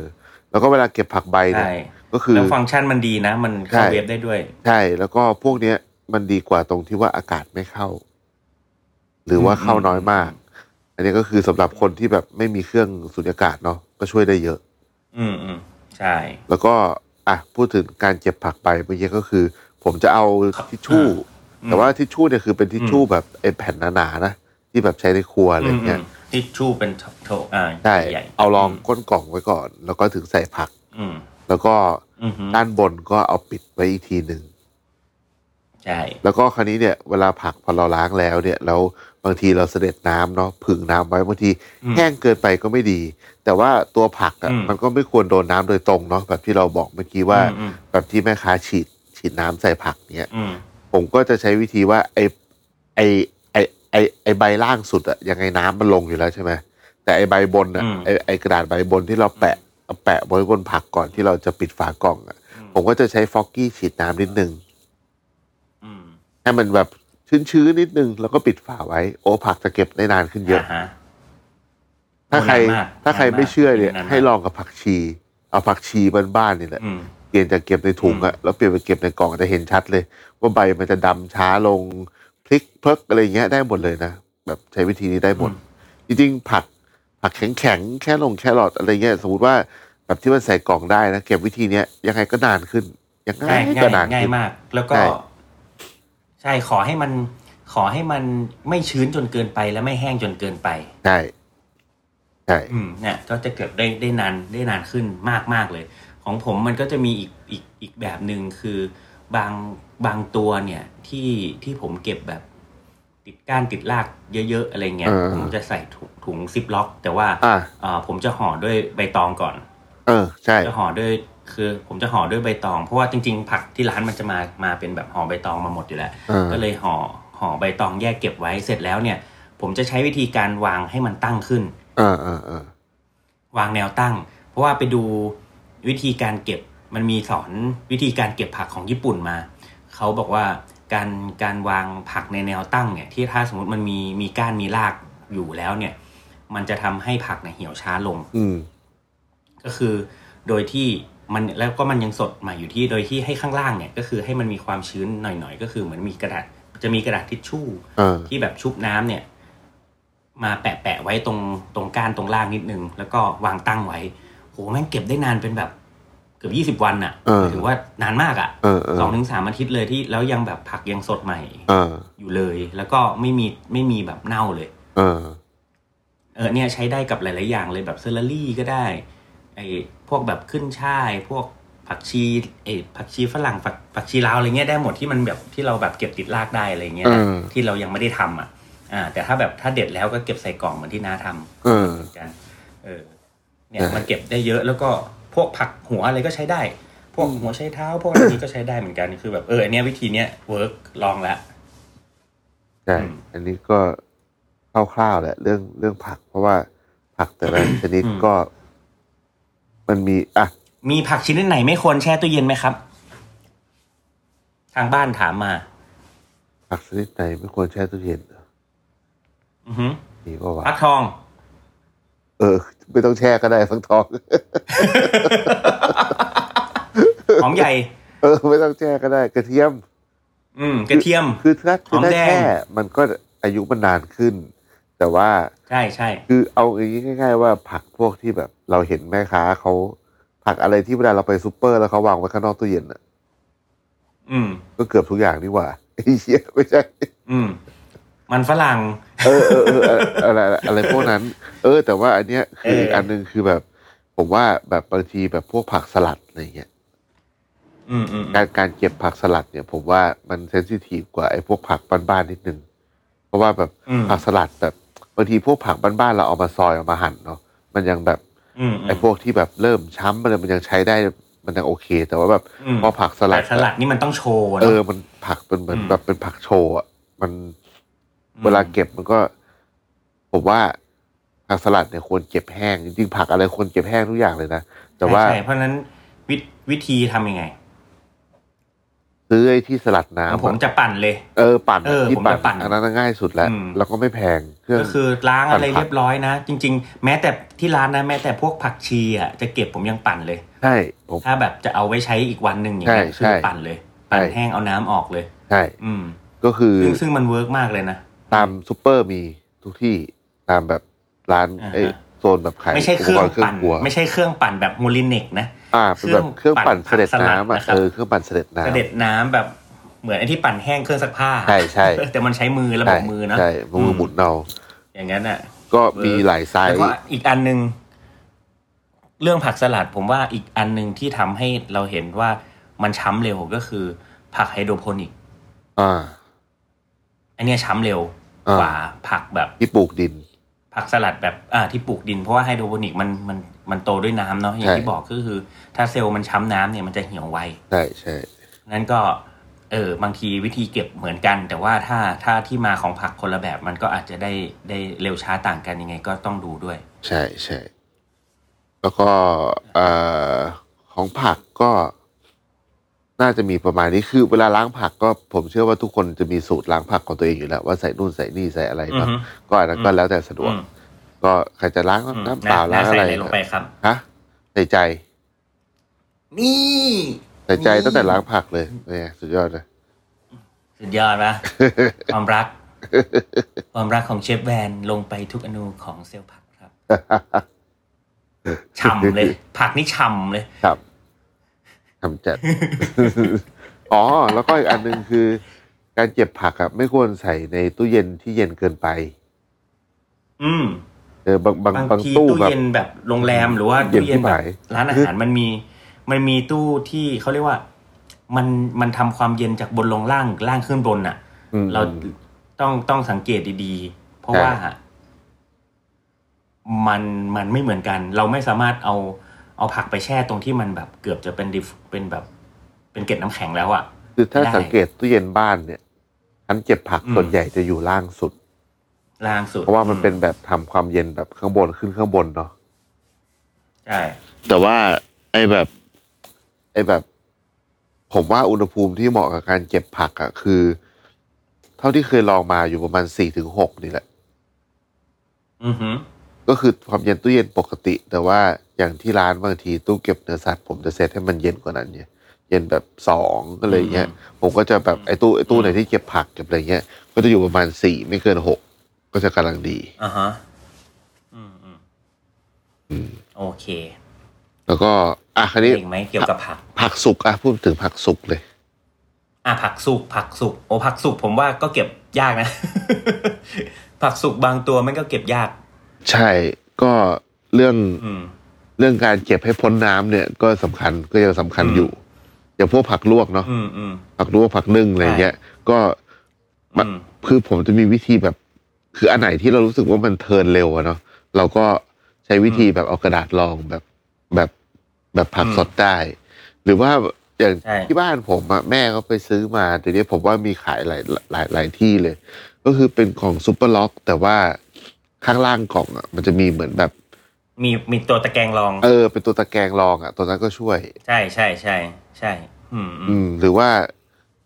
Speaker 4: แล้วก็เวลาเก็บผักใบเนี่ย
Speaker 5: ใช่
Speaker 4: ก็คือ
Speaker 5: แล้วฟังก์ชันมันดีนะ มันเข้า
Speaker 4: ใช่
Speaker 5: เว็บได้ด้วย
Speaker 4: ใช่แล้วก็พวกเนี้ยมันดีกว่าตรงที่ว่าอากาศไม่เข้า หรือว่าเข้าน้อยมาก อันนี้ก็คือสำหรับคนที่แบบไม่มีเครื่องสูญญากาศเนาะก็ช่วยได้เยอะ
Speaker 5: อืมอืมใช่
Speaker 4: แล้วก็อ่ะพูดถึงการเก็บผักไปเมื่อกี้ก็คือ ผมจะเอาทิชชู่
Speaker 5: อืม
Speaker 4: แต่ว่าทิชชู่เนี่ยคือเป็นทิชชู่แบบไอ้แผ่นหนาๆนะที่แบบใช้ในครัวอะไรอย่างเงี้ย
Speaker 5: มมทิชชู่เป็นช็อปโถอ่า
Speaker 4: ใช่
Speaker 5: ใหญ่
Speaker 4: เอารองก้นกล่องไว้ก่อน แล้วก็ถึงใส่ผัก
Speaker 5: อืม
Speaker 4: แล้วก็
Speaker 5: อือฮึ
Speaker 4: ด้านบนก็เอาปิดไว้อีกทีหนึ่ง
Speaker 5: ใช่
Speaker 4: แล้วก็คราวนี้เนี่ยเวลาผักพอเราล้างแล้วเนี่ยแล้วบางทีเราเสด็จน้ำเนาะผึ่งน้ำไว้บางทีแห้งเกินไปก็ไม่ดี แต่ว่าตัวผักอ่ะมันก็ไม่ควรโดนน้ำโดยตรงเนาะแบบที่เราบอกเมื่อกี้ว่า แบบที่แม่ค้าฉีดฉีดน้ำใส่ผักเนี่ย
Speaker 5: อืม
Speaker 4: ผมก็จะใช้วิธีว่าไอไอไอไอไอใบล่างสุดอะยังไงน้ำมันลงอยู่แล้วใช่ไหมแต่ไอใบบนอะ
Speaker 5: อืม
Speaker 4: ไอไอกระดาษใบบนที่เราแปะเอาแปะไว้บนผักก่อนที่เราจะปิดฝากล่องอะ
Speaker 5: อืม
Speaker 4: ผมก็จะใช้ฟอกกี้ฉีดน้ำนิดนึง
Speaker 5: อืม
Speaker 4: ให้มันแบบชื้นๆนิดนึงแล้วก็ปิดฝาไว้ โอ้ผักจะเก็บได้นานขึ้นเยอะ
Speaker 5: าฮ
Speaker 4: ถ้าใคร
Speaker 5: โอ้นนมก
Speaker 4: ถ้าใคร
Speaker 5: นนก
Speaker 4: ไม่เชื่อเนี่ย
Speaker 5: นานมาก
Speaker 4: ให้ลองกับผักชี เอาผักชีบ้านๆนี่แหละ
Speaker 5: อืม
Speaker 4: เปลี่ยนจากเก็บในถุงอะแล้วเปลี่ยนไปเก็บในกล่องจะเห็นชัดเลย ว่าใบมันจะดำช้าลงพลิกเพิกอะไรอย่างเงี้ยได้หมดเลยนะ แบบใช้วิธีนี้ได้หมด จริงๆ ผักผักแข็งแข็งๆแค่ลงแครอทอะไรเงี้ยสมมติว่าแบบที่มันใส่กล่องได้นะ เก็บวิธีเนี้ยยังไงก็นานขึ้นยังไง
Speaker 5: ง่าย
Speaker 4: ก็
Speaker 5: ง่าย
Speaker 4: นาน
Speaker 5: ง่าย
Speaker 4: ขึ้น
Speaker 5: มาก แล้วก็
Speaker 4: ใช่
Speaker 5: ใช่ขอให้มัน ขอให้มันไม่ชื้นจนเกินไปและไม่แห้งจนเกินไป
Speaker 4: ใช่ใช่
Speaker 5: อืมเนี่ยก็จะเก็บได้ได้นานได้นานขึ้นมากมากๆเลย ของผมมันก็จะมีอีกอีกอีกแบบหนึ่งคือบางบางตัวเนี่ยที่ที่ผมเก็บแบบ ติดก้านติดรากเยอะๆอะไรเงี้ยผมจะใส่ถุงถุงซิปล็อก แต่ว่า
Speaker 4: อ่ะ
Speaker 5: เอ่อผมจะห่อด้วยใบตองก่อน
Speaker 4: เออ ใช่
Speaker 5: จะห่อด้วยคือผมจะห่อด้วยใบตอง เพราะว่าจริงๆ ผักที่ร้านมันจะมามาเป็นแบบห่อใบตองมาหมดอยู่แล้ว
Speaker 4: อ่า
Speaker 5: ก็เลยห่อห่อใบตองแยกเก็บไว้เสร็จแล้วเนี่ย ผมจะใช้วิธีการวางให้มันตั้งขึ้น
Speaker 4: เออเออเออ
Speaker 5: วางแนวตั้ง เพราะว่าไปดูวิธีการเก็บมันมีสอนวิธีการเก็บผักของญี่ปุ่นมา เขาบอกว่าการการวางผักในแนวตั้งเนี่ยที่ถ้าสมมติมันมีมีก้านมีรากอยู่แล้วเนี่ย มันจะทำให้ผักเนี่ยเหี่ยวช้าลง
Speaker 4: อืม
Speaker 5: ก็คือโดยที่มันแล้วก็มันยังสดใหม่อยู่ที่โดยที่ให้ข้างล่างเนี่ยก็คือให้มันมีความชื้นหน่อยๆ ก็คือเหมือนมีกระดาษจะมีกระดาษทิชชู่
Speaker 4: เออ
Speaker 5: ที่แบบชุบน้ำเนี่ย มาแปะแปะๆไว้ตรงตรงก้านตรงล่างนิดนึง แล้วก็วางตั้งไว้โหแม่งเก็บได้นานเป็นแบบเกือบยี่สิบ20 วันอะ
Speaker 4: เออ
Speaker 5: ถือว่านานมากอะ
Speaker 4: เออเออ
Speaker 5: สองถึงสามอาทิตย์เลยที่แล้วยังแบบผักยังสดใหม่
Speaker 4: เออ
Speaker 5: อยู่เลย แล้วก็ไม่มีไม่มีแบบเน่าเลย
Speaker 4: เออ
Speaker 5: เออเนี่ยใช้ได้กับหลาย ๆ อย่างเลยแบบเซอร์รี่ก็ได้ไอ้พวกแบบขึ้นช่าย พวกผักชีไอ้ผักชีฝรั่งผักผักชีลาวอะไรเงี้ยได้หมดที่มันแบบที่เราแบบเก็บติดรากได้อะไรเงี้ยนะ
Speaker 4: อืม
Speaker 5: ที่เรายังไม่ได้ทำอ่ะ อ่า แต่ถ้าแบบถ้าเด็ดแล้วก็เก็บใส่กล่องเหมือนที่น้าท
Speaker 4: เออ
Speaker 5: ำเหมือนกัน เออ เนี่ย
Speaker 4: อ่ามั
Speaker 5: มันเก็บได้เยอะแล้วก็พวกผักหัวอะไรก็ใช้ได้ พวกหัวใช้เท้า พวกอะไรนี้ก็ใช้ได้เหมือนกันคือแบบเอออันเนี้ยวิธีเนี้ยเวิร์กลองละ
Speaker 4: ใช่
Speaker 5: อืม
Speaker 4: อันนี้ก็คร่าวๆแหละเรื่องเรื่องผัก เพราะว่าผักแต่ละ ชนิด
Speaker 5: อืม
Speaker 4: ก็ มันมีอ่ะ
Speaker 5: มีผักชนิดไหนไม่ควรแช่ตู้เย็นไหมครับ ทางบ้านถามมา
Speaker 4: ผักชนิดไหนไม่ควรแช่ตู้เย็นเหรอ
Speaker 5: อือหือ
Speaker 4: มีป่าวะ
Speaker 5: ฟักทอง
Speaker 4: เออ ไม่ต้องแช่ก็ได้ฟักทอง
Speaker 5: หอมใหญ่
Speaker 4: เออ ไม่ต้องแช่ก็ได้ กระเทียม
Speaker 5: อืมกระเทียม
Speaker 4: คือถ้าคือ
Speaker 5: ห
Speaker 4: ถ้า
Speaker 5: อมแดง
Speaker 4: แช่มันก็อายุมันนานขึ้น แต่ แต่ว่า
Speaker 5: ใช่ใช่
Speaker 4: คือเอาอย่างนี้ง่ายๆว่าผักพวกที่แบบเราเห็นแม่ค้าเขาผักอะไรที่เวลาเราไปซูเปอร์แล้วเขาวางไว้ข้างนอกตู้เย็นอ่ะ
Speaker 5: อืม
Speaker 4: ก็เกือบทุกอย่างนี่หว่า ไอ้เหี้ยไม่ใช่
Speaker 5: อืม มันฝรั่ง
Speaker 4: เออเออเอออะไรอะไรอะไรพวกนั้น เออ แต่ว่าอันเนี้ยคื
Speaker 5: เออ
Speaker 4: อ
Speaker 5: อี
Speaker 4: อีกอันหนึงคือแบบ ผมว่าแบบบางทีแบบพวกผักสลัดอะไรเงี้ย
Speaker 5: อืมอืมอืม
Speaker 4: การการเก็บผักสลัดเนี่ยผมว่ามันเซนซิทีฟกว่าไอ้พวกผักบ้านๆนิดนึง เพราะว่าแบบ
Speaker 5: อืม
Speaker 4: ผักสลัดแบบบางทีพวกผักบ้านๆเราเอามาซอยเอามาหั่นเนาะมันยังแบบ
Speaker 5: อืม
Speaker 4: ไอ้พวกที่แบบเริ่มช้ำอะไรมันยังใช้ได้มันยังโอเค แต่ว่าแบบ
Speaker 5: ม
Speaker 4: พอผักสลัด
Speaker 5: แต่สลัดนี่มันต้องโชว์
Speaker 4: เอ
Speaker 5: นะ
Speaker 4: อมันผักเป็นเหมือน
Speaker 5: อืม
Speaker 4: แบบเป็นผักโชว์อะมันเวลาเก็บมันก็ ผมว่าผักสลัดเนี่ยควรเก็บแห้งจริงๆผักอะไรควรเก็บแห้งทุกอย่างเลยนะแต่ว่า
Speaker 5: ใช่ใช่เพราะฉะนั้นวิธวิธีทำยังไง
Speaker 4: ซื้อไอ้ที่สลัดน้ำ
Speaker 5: ผม
Speaker 4: อะ
Speaker 5: จะปั่นเลย
Speaker 4: เออปั่น
Speaker 5: เออ
Speaker 4: ที่
Speaker 5: ผมจะปั่
Speaker 4: ปั่
Speaker 5: น
Speaker 4: นอันนั้นง่ายสุดแล้ว
Speaker 5: อืม
Speaker 4: แล้วก็ไม่แพงเครื่อง
Speaker 5: ก็คือล้างอะไร
Speaker 4: ปั่นผัก
Speaker 5: เรียบร้อยนะ จริง ๆ แม้แต่ที่ร้านนะแม้แต่พวกผักชีอ่ะจะเก็บผมยังปั่นเลย
Speaker 4: ใช่ผม
Speaker 5: ถ้าแบบจะเอาไว้ใช้อีกวันหนึ่งอย่างเงี้ย
Speaker 4: ใช่
Speaker 5: คือปั่นเลย ปั่น
Speaker 4: ใช่
Speaker 5: แห้งเอาน้ำออกเลย
Speaker 4: ใช่
Speaker 5: อืม
Speaker 4: ก็คือ
Speaker 5: ซึ่งซึ่งมันเวิร์กมากเลยนะ
Speaker 4: ตามซูเปอร์มีทุกที่ตามแบบร้าน
Speaker 5: อ่าฮะ
Speaker 4: ไอ้โซนแบบขาย
Speaker 5: ไม่ใช่เครื่อง
Speaker 4: ปก
Speaker 5: ปั่น
Speaker 4: ณ์ครัว
Speaker 5: ไม่ใช่เครื่องปั่นแบบโมลิเนกนะ
Speaker 4: อ่าเป็นแบบเครื่องปั่น
Speaker 5: เค
Speaker 4: เส
Speaker 5: รื่องปั่น
Speaker 4: ด็จน้ำ
Speaker 5: ผั
Speaker 4: อ่ะ
Speaker 5: กสลัดนะครับ
Speaker 4: เออเครื่องปั่นเสด็จ
Speaker 5: เสด็
Speaker 4: น้ำ
Speaker 5: จน้ำแบบเหมือนไอ้ที่ปั่นแห้งเครื่องซักผ้า
Speaker 4: ใช่ใช่
Speaker 5: แต่มันใช้มือระบ
Speaker 4: ใช่
Speaker 5: บมือเนอะ
Speaker 4: ใช่มือหมุนเอา
Speaker 5: อย่างนั้นอ่ะ
Speaker 4: ก็มีหลายไซ
Speaker 5: แล้ว
Speaker 4: ส์
Speaker 5: ก็อีกอันหนึ่งเรื่องผักสลัดผมว่าอีกอันหนึ่งที่ทำให้เราเห็นว่ามันช้ำเร็วก็คือ ผักไฮโดรโพนิก
Speaker 4: อ่า
Speaker 5: อันเนี้ยช้ำเร็ว
Speaker 4: อ่า
Speaker 5: กว่าผักแบบ
Speaker 4: ที่ปลูกดิน
Speaker 5: ผักสลัดแบบอ่าที่ปลูกดินเพราะว่าไฮโดรโพนิกมันมันมันโตด้วยน้ำเนาะอย่างที่
Speaker 4: ใช่
Speaker 5: บอกก็คือ ถ้าเซลล์มันช้ำน้ำเนี่ยมันจะเหี่ยวไว
Speaker 4: ใช่ใช่
Speaker 5: นั้นก็ เออบางทีวิธีเก็บเหมือนกัน แต่ว่าถ้าถ้าที่มาของผักคนละแบบมันก็อาจจะได้ได้เร็วช้าต่างกันยังไงก็ต้องดูด้วย
Speaker 4: ใช่ใช่แล้วก็เอ่อของผักก็ น่าจะมีประมาณนี้คือ เวลาล้างผักก็ผมเชื่อว่าทุกคนจะมีสูตรล้างผักของตัวเองอยู่แล้วว่าใส่นู่นใส่นี่ใส่อะไรบ้าง
Speaker 5: อือฮึ
Speaker 4: ก็อันนั้นก็แล้วแต่สะดวก
Speaker 5: อืม
Speaker 4: ก็ใครจะล้าง
Speaker 5: อืม
Speaker 4: น้ำเปล่าล้าง
Speaker 5: น้ำ
Speaker 4: อะ
Speaker 5: ใส่
Speaker 4: ไร
Speaker 5: อะไรลงไปครับ
Speaker 4: ฮะใส่ใจ
Speaker 5: นี่
Speaker 4: ใส่ใจตั้งแต่ล้างผักเลยเนี่ยสุดยอดเลย
Speaker 5: สุดยอด ปะ ความรัก ความรักของเชฟแวนลงไปทุกอนูของเซลล์ผัก ครับ ฉ่ำเลย ผักนี่ฉ่ำเลย
Speaker 4: ครับทำจัด อ๋อ แล้วก็อีกอันหนึ่งคือ การเก็บผักอะไม่ควรใส่ในตู้เย็นที่เย็นเกินไป
Speaker 5: อืม
Speaker 4: เออบางบาง
Speaker 5: บาง
Speaker 4: บาง
Speaker 5: ที
Speaker 4: ตู้
Speaker 5: ตู้
Speaker 4: แบบ
Speaker 5: เย็นแบบโรงแรมหรือว่า
Speaker 4: เย็น
Speaker 5: ตู้
Speaker 4: ที่
Speaker 5: เย็นแบ
Speaker 4: ไห
Speaker 5: บ
Speaker 4: น
Speaker 5: ร้านอาหารมันมี มันมีตู้ที่เขาเรียกว่า มันมันทำความเย็นจากบนลงล่างล่างขึ้นบนน่ะ
Speaker 4: อืม
Speaker 5: เราต้องต้องสังเกตดีๆ เพราะ
Speaker 4: ใช่
Speaker 5: ว่า มันมันไม่เหมือนกัน เราไม่สามารถเอาเอาผักไปแช่ตรงที่มันแบบเกือบจะเป็นดิฟเป็นแบบ เป็นเกล็ดน้ำแข็งแล้วอะ่ะ
Speaker 4: คือถ้า
Speaker 5: ได้
Speaker 4: สังเกตตู้เย็นบ้านเนี่ยชั้นเก็บผัก
Speaker 5: อืม
Speaker 4: ส่วนใหญ่จะอยู่ล่างสุด
Speaker 5: ล่างสุด
Speaker 4: เพราะว่ามันเป็นแบบทำความเย็นแบบข้างบนขึ้นข้างบนเนาะ
Speaker 5: ใช่
Speaker 4: แต่ว่าไอ้แบบ ไอ้แบบ ผมว่าอุณหภูมิที่เหมาะกับการเก็บผักอะคือ เท่าที่เคยลองมาอยู่ประมาณสี่ถึงหกนี่แหละ
Speaker 5: อือหือ
Speaker 4: ก็คือความเย็นตู้เย็นปกติ แต่ว่าอย่างที่ร้านบางทีตู้เก็บเนื้อสัตว์ผมจะเซตให้มันเย็นกว่านั้นเนี่ยเย็นแบบสองก็เลยเงี้ย ผมก็จะแบบไอ้ตู้ไอ้ตู้ไหนที่เก็บผักเก็บอะไรเงี้ยก็จะอยู่ประมาณสี่ไม่เกินหกก็จะกำลังดี
Speaker 5: อ่าฮะ อืมอืมโอเค
Speaker 4: แล้วก็อ่ะคันนี้
Speaker 5: เก่งไหมเกี่ยวกับผัก
Speaker 4: ผักสุกอะพูดถึงผักสุกเลย
Speaker 5: อ่ะผักสุกผักสุกโอ้ผักสุกผมว่าก็เก็บยากนะ ผักสุกบางตัวมันก็เก็บยาก
Speaker 4: ใช่ก็เรื่อง
Speaker 5: อืม
Speaker 4: เรื่องการเก็บให้พ้นน้ำเนี่ยก็สำคัญก็ยังสำคัญ
Speaker 5: อืม
Speaker 4: อยู่อย่างพวกผักลวกเนาะ
Speaker 5: อืมอืม
Speaker 4: ผักลวกผักนึ่งอะไรเงี้ย ก็มัน
Speaker 5: อืม
Speaker 4: คือผมจะมีวิธีแบบ คืออันไหนที่เรารู้สึกว่ามันเทิร์นเร็วอะเนาะเราก็ใช้วิธีแบบเอากระดาษรองแบบแบบแบบผักสดได้ หรือว่าอย่าง
Speaker 5: ใช่
Speaker 4: ที่บ้านผมอะแม่ก็ไปซื้อมาแต่เนี้ยผมว่ามีขายหลายหลายหลายที่เลย ก็คือเป็นของซูเปอร์ล็อก แต่ว่าข้างล่างกล่องอะมันจะมีเหมือนแบบ
Speaker 5: มีมีตัวตะแกรงรอง
Speaker 4: เออ เป็นตัวตะแกรงรองอะตัวนั้นก็ช่วย
Speaker 5: ใช่ใช่ใช่ใช่ อืมอื
Speaker 4: อื
Speaker 5: ม
Speaker 4: มหรือว่า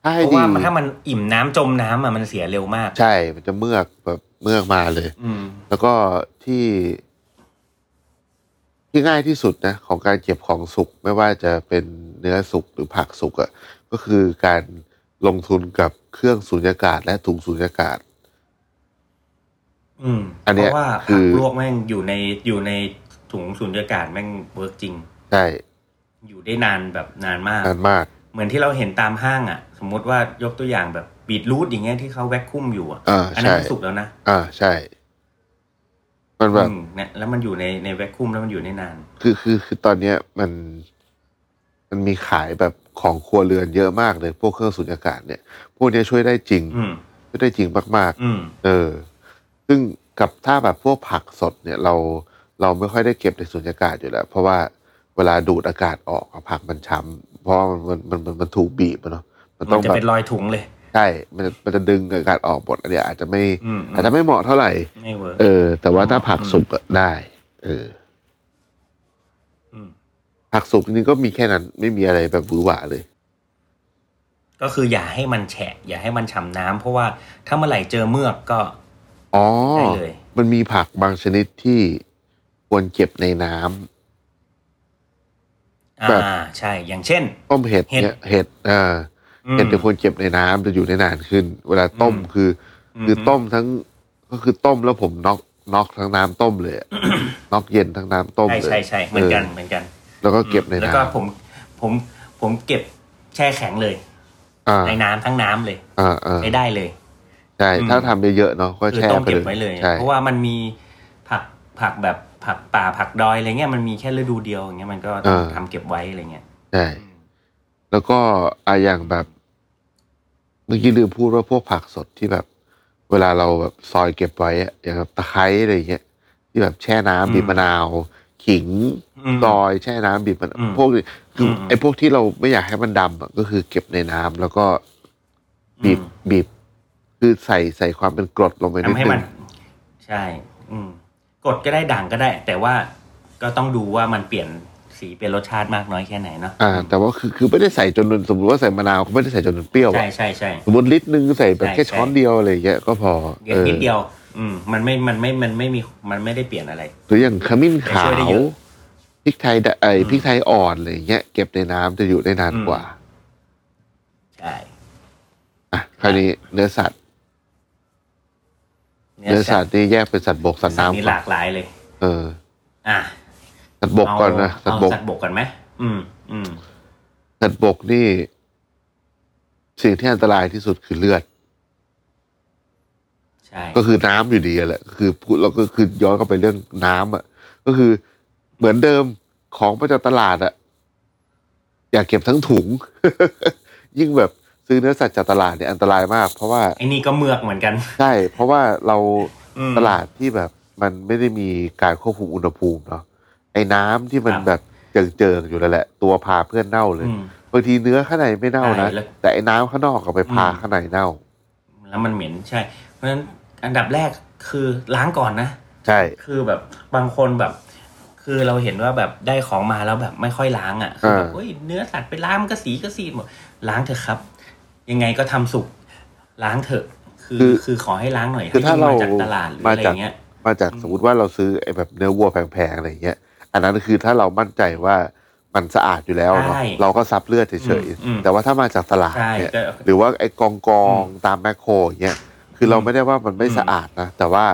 Speaker 4: ถ้า
Speaker 5: เพ
Speaker 4: ให้
Speaker 5: ราะ
Speaker 4: ดี
Speaker 5: ว่ามันถ้ามันอิ่มน้ำจมน้ำอ่ะมันเสียเร็วมาก
Speaker 4: ใช่มันจะเมือกแบบเมือกมาเลย
Speaker 5: อืม
Speaker 4: แล้วก็ที่ ที่ง่ายที่สุดนะ ของการเก็บของสุกไม่ว่าจะเป็นเนื้อสุกหรือผักสุกอะ่ะก็คือการลงทุนกับเครื่องสูญญากาศและถุงสูญญากาศ
Speaker 5: อืม
Speaker 4: อันเนี้
Speaker 5: เพ
Speaker 4: ย
Speaker 5: ราะว่า
Speaker 4: คื
Speaker 5: ผั
Speaker 4: อ
Speaker 5: กลวกแม่งอยู่ในอยู่ในถุงสูญญากาศแม่งเวิร์กจริง
Speaker 4: ใช่
Speaker 5: อยู่ได้นานแบบนานมาก
Speaker 4: นานมาก
Speaker 5: เหมือนที่เราเห็นตามห้างอ่ะ สมมติว่ายกตัวอย่างแบบบีทรูทอย่างเงี้ยที่เขาแวคคุ้มอยู่อ่ะ
Speaker 4: อ่า
Speaker 5: อันนั้น
Speaker 4: ใช่
Speaker 5: มันสุกแล้วนะ
Speaker 4: อ่าใช่ มันแบบ
Speaker 5: อืมเนี่ยแล้วมันอยู่ในในแวคคุ้มแล้วมันอยู่ได้นาน
Speaker 4: คือคือคือตอนเนี้ยมันมันมีขายแบบของครัวเรือนเยอะมากเลย พวกเครื่องสูญญากาศเนี่ย พวกเนี้ยช่วยได้จริง
Speaker 5: อืม
Speaker 4: ช่วยได้จริงมาก
Speaker 5: อืม
Speaker 4: ๆ เออ ซึ่งกับถ้าแบบพวกผักสดเนี่ยเราเราไม่ค่อยได้เก็บในสูญญากาศอยู่แล้ว เพราะว่าเวลาดูดอากาศออกอะผักมันช้ำเพราะว่ามันมันมันมันมันถูกบีบอะเนาะมัน
Speaker 5: มั
Speaker 4: ต้อน ง
Speaker 5: จะ
Speaker 4: แบบ
Speaker 5: เป็นรอยถุงเลย
Speaker 4: ใช่มันจะมันจะดึงอากาศออกหมดอันเนี้ยอาจจะไม่
Speaker 5: อืมอืม
Speaker 4: อาจจะไม่เหมาะเท่าไหร่
Speaker 5: ไม่เวิร์ก
Speaker 4: เออ แต่ว่าถ้าผัก
Speaker 5: อืม
Speaker 4: สุกอะได้ เออ
Speaker 5: ม
Speaker 4: ผักสุกนี่ก็มีแค่นั้นไม่มีอะไรแบบหวือหวาเลย
Speaker 5: ก็คืออย่าให้มันแฉะ อย่าให้มันฉ่ำน้ำเพราะว่าถ้าเมื่อไหร่เจอเมือกก็
Speaker 4: อ๋อ
Speaker 5: ได้เลย
Speaker 4: มันมีผักบางชนิดที่ควรเก็บในน้ำ
Speaker 5: อ่า
Speaker 4: แบบ
Speaker 5: ใช่ อย่างเช่น
Speaker 4: ต้มเห็ดเนี่ยเห็ดเอ่า
Speaker 5: อืม
Speaker 4: เห็ดจะควรเก็บในน้ำจะอยู่ได้นานขึ้น เวลาต้ม
Speaker 5: อืม
Speaker 4: คือ คือ
Speaker 5: ม
Speaker 4: ต้มทั้งก็คือต้มแล้วผมน็อกน็อกทั้งน้ำต้มเลยอะ น็อกเย็นทั้งน้ำต้ม
Speaker 5: ใช่
Speaker 4: เลย
Speaker 5: ใช่ใช่เหมือนกัน
Speaker 4: เอ
Speaker 5: เหมือนกัน
Speaker 4: อแล้วก็เก็บใน
Speaker 5: แล้ว
Speaker 4: น้
Speaker 5: ก็ผมผมผมเก็บแช่แข็งเลย
Speaker 4: ำอ่า
Speaker 5: ในน้ำทั้งน้ำเลย
Speaker 4: อ่าอ่า
Speaker 5: ใช้ได้เลย
Speaker 4: ใช่
Speaker 5: อืม
Speaker 4: ถ้าทำเยอะๆเนาะก็
Speaker 5: คือ
Speaker 4: แช่
Speaker 5: ต้ม
Speaker 4: ไป
Speaker 5: เก็บ
Speaker 4: เล
Speaker 5: ไว้
Speaker 4: ย
Speaker 5: เลย
Speaker 4: ใช่
Speaker 5: เพราะว่ามันมีผักผักแบบผักป่าผักดอยอะไรเงี้ยมันมีแค่ฤดูเดียวอย่างเงี้ยมันก็ต้องทำเก็บไว้อะไรเงี้ย
Speaker 4: ใช่ แล้วก็อะอย่างแบบเมื่อกี้ลืมพูดว่าพวกผักสดที่แบบ เวลาเราแบบซอยเก็บไว้อะอย่างแบบตะไคร้อะไรอย่างเงี้ยที่แบบแช่น้ำบีบมะนาว ขิง
Speaker 5: อืม
Speaker 4: ซอยแช่น้ำบีบมะนาว
Speaker 5: อืม
Speaker 4: พวกนี้คืออ
Speaker 5: ม
Speaker 4: ไอ้พวกที่เราไม่อยากให้มันดำอะก็คือเก็บในน้ำแล้วก็บีบ
Speaker 5: อืม
Speaker 4: บีบ คือใส่ใส่ความเป็นกรดลงไปนิ
Speaker 5: ทำ
Speaker 4: ด
Speaker 5: ให้
Speaker 4: นึ
Speaker 5: มัน
Speaker 4: ง
Speaker 5: ใช่ อืมกดก็ได้ด่างก็ได้ แต่ว่าก็ต้องดูว่ามันเปลี่ยนสีเปลี่ยนรสชาติมากน้อยแค่ไหนเนาะ
Speaker 4: อ่า แต่ว่าคือคือไม่ได้ใส่จนมันสมมติว่าใส่มะนาวก็ไม่ได้ใส่จนมันเปรี้ยว
Speaker 5: ใช่
Speaker 4: อะ
Speaker 5: ใช่ใช่
Speaker 4: สมมติลิตรหนึงใส่แบบ
Speaker 5: ใช่
Speaker 4: แค่
Speaker 5: ใช่
Speaker 4: ช้อนเดียวอะไรอย่างเงี้ยก็พอ
Speaker 5: เดี๋ย
Speaker 4: อ
Speaker 5: ว
Speaker 4: อ
Speaker 5: นิดเดียว อืม มันไม่มันไม่มันไม่มีมันไม่ได้เปลี่ยนอะไร
Speaker 4: หรืออย่างขมิ้นขา
Speaker 5: แต่ช่วยได้
Speaker 4: ว
Speaker 5: เยอะ
Speaker 4: พริกไทยดะไอพริกไทยอ่อนอะไรอย่างเงี้ยเก็บในน้ำจะอยู่ได้นาน
Speaker 5: อืม
Speaker 4: กว่า
Speaker 5: ใช่
Speaker 4: อ่ะคราวนี้เนื้อสัตว์เนื้อสัตว์นี่แยกเป็นสัตว์บกสัตว์
Speaker 5: สัตว์นี่ห
Speaker 4: น้ำก่อ
Speaker 5: ลาน กหลายเลย
Speaker 4: เออ
Speaker 5: อ่ะ
Speaker 4: สัตว์บกก่อนนะ
Speaker 5: เา
Speaker 4: สัตว์บ
Speaker 5: เอา
Speaker 4: ก
Speaker 5: สัตว์บกก่อนไหมอืม อืม
Speaker 4: สัตว์บกนี่ สิ่งที่อันตรายที่สุดคือเลือด
Speaker 5: ใช่
Speaker 4: ก็คือน้ำอยู่ดีอะแหละคือพูดเราก็คือย้อนกลับไปเรื่องน้ำอ่ะก็คือเหมือนเดิมของมาจากตลาดอ่ะอย่าเก็บทั้งถุง ยิ่งแบบซื้อเนื้อสัตว์จากตลาดเนี่ยอันตรายมาก เพราะว่า
Speaker 5: ไอ้นี่ก็เมือกเหมือนกัน
Speaker 4: ใช่ เพราะว่าเรา
Speaker 5: อืม
Speaker 4: ตลาดที่แบบ มันไม่ได้มีการควบคุมอุณหภูมิเนาะไอ้น้ำที่มัน
Speaker 5: ครับ
Speaker 4: แบบเจิงๆอยู่แล้วแหละ ตัวพาเพื่อนเน่าเลย
Speaker 5: อืม
Speaker 4: บางทีเนื้อข้างในไม่เน่านะ
Speaker 5: ใช่แล้ว
Speaker 4: แต่ไอ้น้ำข้างนอกก็ไปพา
Speaker 5: อืม
Speaker 4: ข้างในเน่า
Speaker 5: แล้วมันเหม็นใช่ เพราะฉะนั้นอันดับแรกคือล้างก่อนนะ
Speaker 4: ใช่
Speaker 5: คือแบบบางคนแบบ คือเราเห็นว่าแบบได้ของมาแล้วแบบไม่ค่อยล้างอ่ะคือแบบเฮ้ยเนื้อสัตว์ไปล้างมันก็สีก็สีหมดล้างเถอะครับ ยังไงก็ทำสุกล้างเถอะ คือคือขอให้ล้างหน่อย
Speaker 4: คือถ้า
Speaker 5: ให้
Speaker 4: เรา
Speaker 5: มจากตลาดหรือ
Speaker 4: มา
Speaker 5: อะไร
Speaker 4: จาก
Speaker 5: เงี้ย
Speaker 4: มาจากสมมติว่าเราซื้อไอ้แบบเนื้อวัวแพงๆอะไรอย่างเงี้ยอันนั้นคือถ้าเรามั่นใจว่ามันสะอาดอยู่แล้วเนาะ
Speaker 5: ใช่
Speaker 4: เราก็ซับเลือดเฉย
Speaker 5: อืมอืม
Speaker 4: ๆแต่ว่าถ้ามาจากตลาด
Speaker 5: ใช่
Speaker 4: เนี่ย
Speaker 5: ก็
Speaker 4: หรือว่าไอ้กองกองๆตามแมคโครอย่างเงี้ยคือเราไม่ได้ว่ามันไม่
Speaker 5: อืม
Speaker 4: สะอาดนะแต่ว่า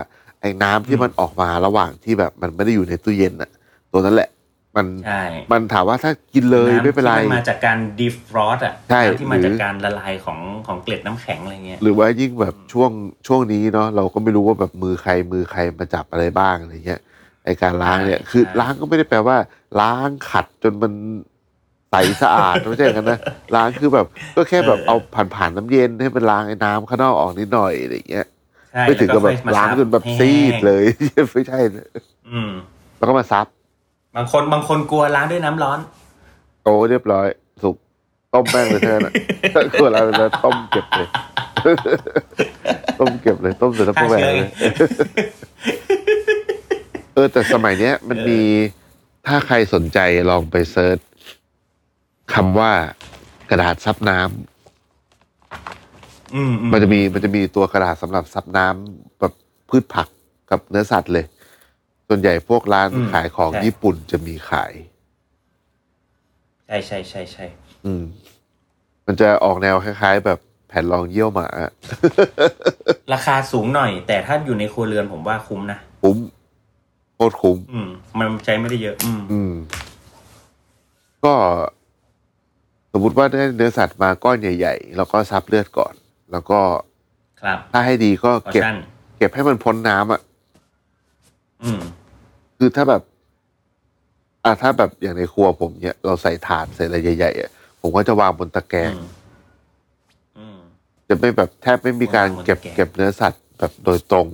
Speaker 4: ไอ้น้ำที่มันออกมาระหว่างที่แบบมันไม่ได้อยู่ในตู้เย็นอะตัวนั้นแหละ มัน
Speaker 5: ใช่
Speaker 4: มันถามว่าถ้ากินเลยไม่เป็นไร
Speaker 5: ำที่มาจากการดีฟรอสอ่ะ
Speaker 4: ใช่
Speaker 5: น้ำที่มา
Speaker 4: หรื
Speaker 5: จาก
Speaker 4: อ
Speaker 5: การละลายของของเกล็ดน้ำแข็งอะไรเงี้ย
Speaker 4: หรือว่ายิ่งแบบช่วงช่วงนี้เนาะเราก็ไม่รู้ว่าแบบมือใครมือใครมาจับอะไรบ้างอะไรเงี้ยไอการล้างเนี่ย
Speaker 5: ใช่
Speaker 4: คือ
Speaker 5: ใช่
Speaker 4: ล้างก็ไม่ได้แปลว่า ล้างขัดจนมันใสสะอาด ไม่ใช่อย่างนั้นนะล้างคือแบบก็แค่แบบเอาผ่านผ่านๆน้ำเย็นให้มันล้างไอ้น้ำข้างนอกออกนิดหน่อยอะไรเงี้ย
Speaker 5: ใช่
Speaker 4: ไม่ถึงกับแบ
Speaker 5: ล้
Speaker 4: บ
Speaker 5: ค่อยม
Speaker 4: ล้าง
Speaker 5: ซั
Speaker 4: จนแบบ
Speaker 5: ให้
Speaker 4: ซีดเลย ไม่ใช่
Speaker 5: อืม
Speaker 4: แล้วก็มาซับบ
Speaker 5: างคนบางคนกลัวล้างด้วยน้ำร้อน
Speaker 4: โอ้เรียบร้อย สุกต้มแป้งเลยเท่านั้นอะ ถ้าขวดอะไรนะต้มเก็บเลย ต้มเก็บเลยต้มเสร็จแล้วก็
Speaker 5: ฆ่า
Speaker 4: แหว
Speaker 5: เชื้
Speaker 4: น
Speaker 5: อ
Speaker 4: เล
Speaker 5: ไง
Speaker 4: ย เออแต่สมัยเนี้ยมันมีถ้าใครสนใจลองไปเซิร์ชคำว่ากระดาษซับน้ำ
Speaker 5: อืมอืม
Speaker 4: มันจะมีมันจะมีตัวกระดาษสำหรับซับน้ำแบบพืชผักกับเนื้อสัตว์เลย ส่วนใหญ่พวกร้านขายของญี่ปุ่นจะมีขาย
Speaker 5: ใช่ใช่ใช่ใช่
Speaker 4: อืม มันจะออกแนวคล้าย ๆ แบบแพ ผ่นรองเยี่ยวหมาอะ
Speaker 5: ราคาสูงหน่อย แต่ถ้าอยู่ในครัวเรือนผมว่าคุ้มนะ
Speaker 4: คุ้มโคตรคุ้ม
Speaker 5: อืม มันใช้ไม่ได้เยอะ อืม
Speaker 4: อืม ก็ สมมติว่าได้เนื้อสัตว์มาก้อนใหญ่ ๆ แล้วก็ซับเลือดก่อน แล้วก็
Speaker 5: ครับ
Speaker 4: ถ้าให้ดีก็
Speaker 5: พอ
Speaker 4: เก็บ
Speaker 5: ชั่น
Speaker 4: เก็บให้มันพ้นน้ำอ่ะ
Speaker 5: อืม
Speaker 4: คือถ้าแบบ อ่ะถ้าแบบอย่างในครัวผมเนี่ย เราใส่ถาดใส่อะไรใหญ่ๆอ่ะผมก็จะวางบนตะแกร
Speaker 5: อื
Speaker 4: ง
Speaker 5: มอืม
Speaker 4: จะไม่แบบแทบไม่มีการ
Speaker 5: วางบน
Speaker 4: เก็บ
Speaker 5: ตะแกรง
Speaker 4: เก็บเนื้อสัตว์ แบบโดยตรง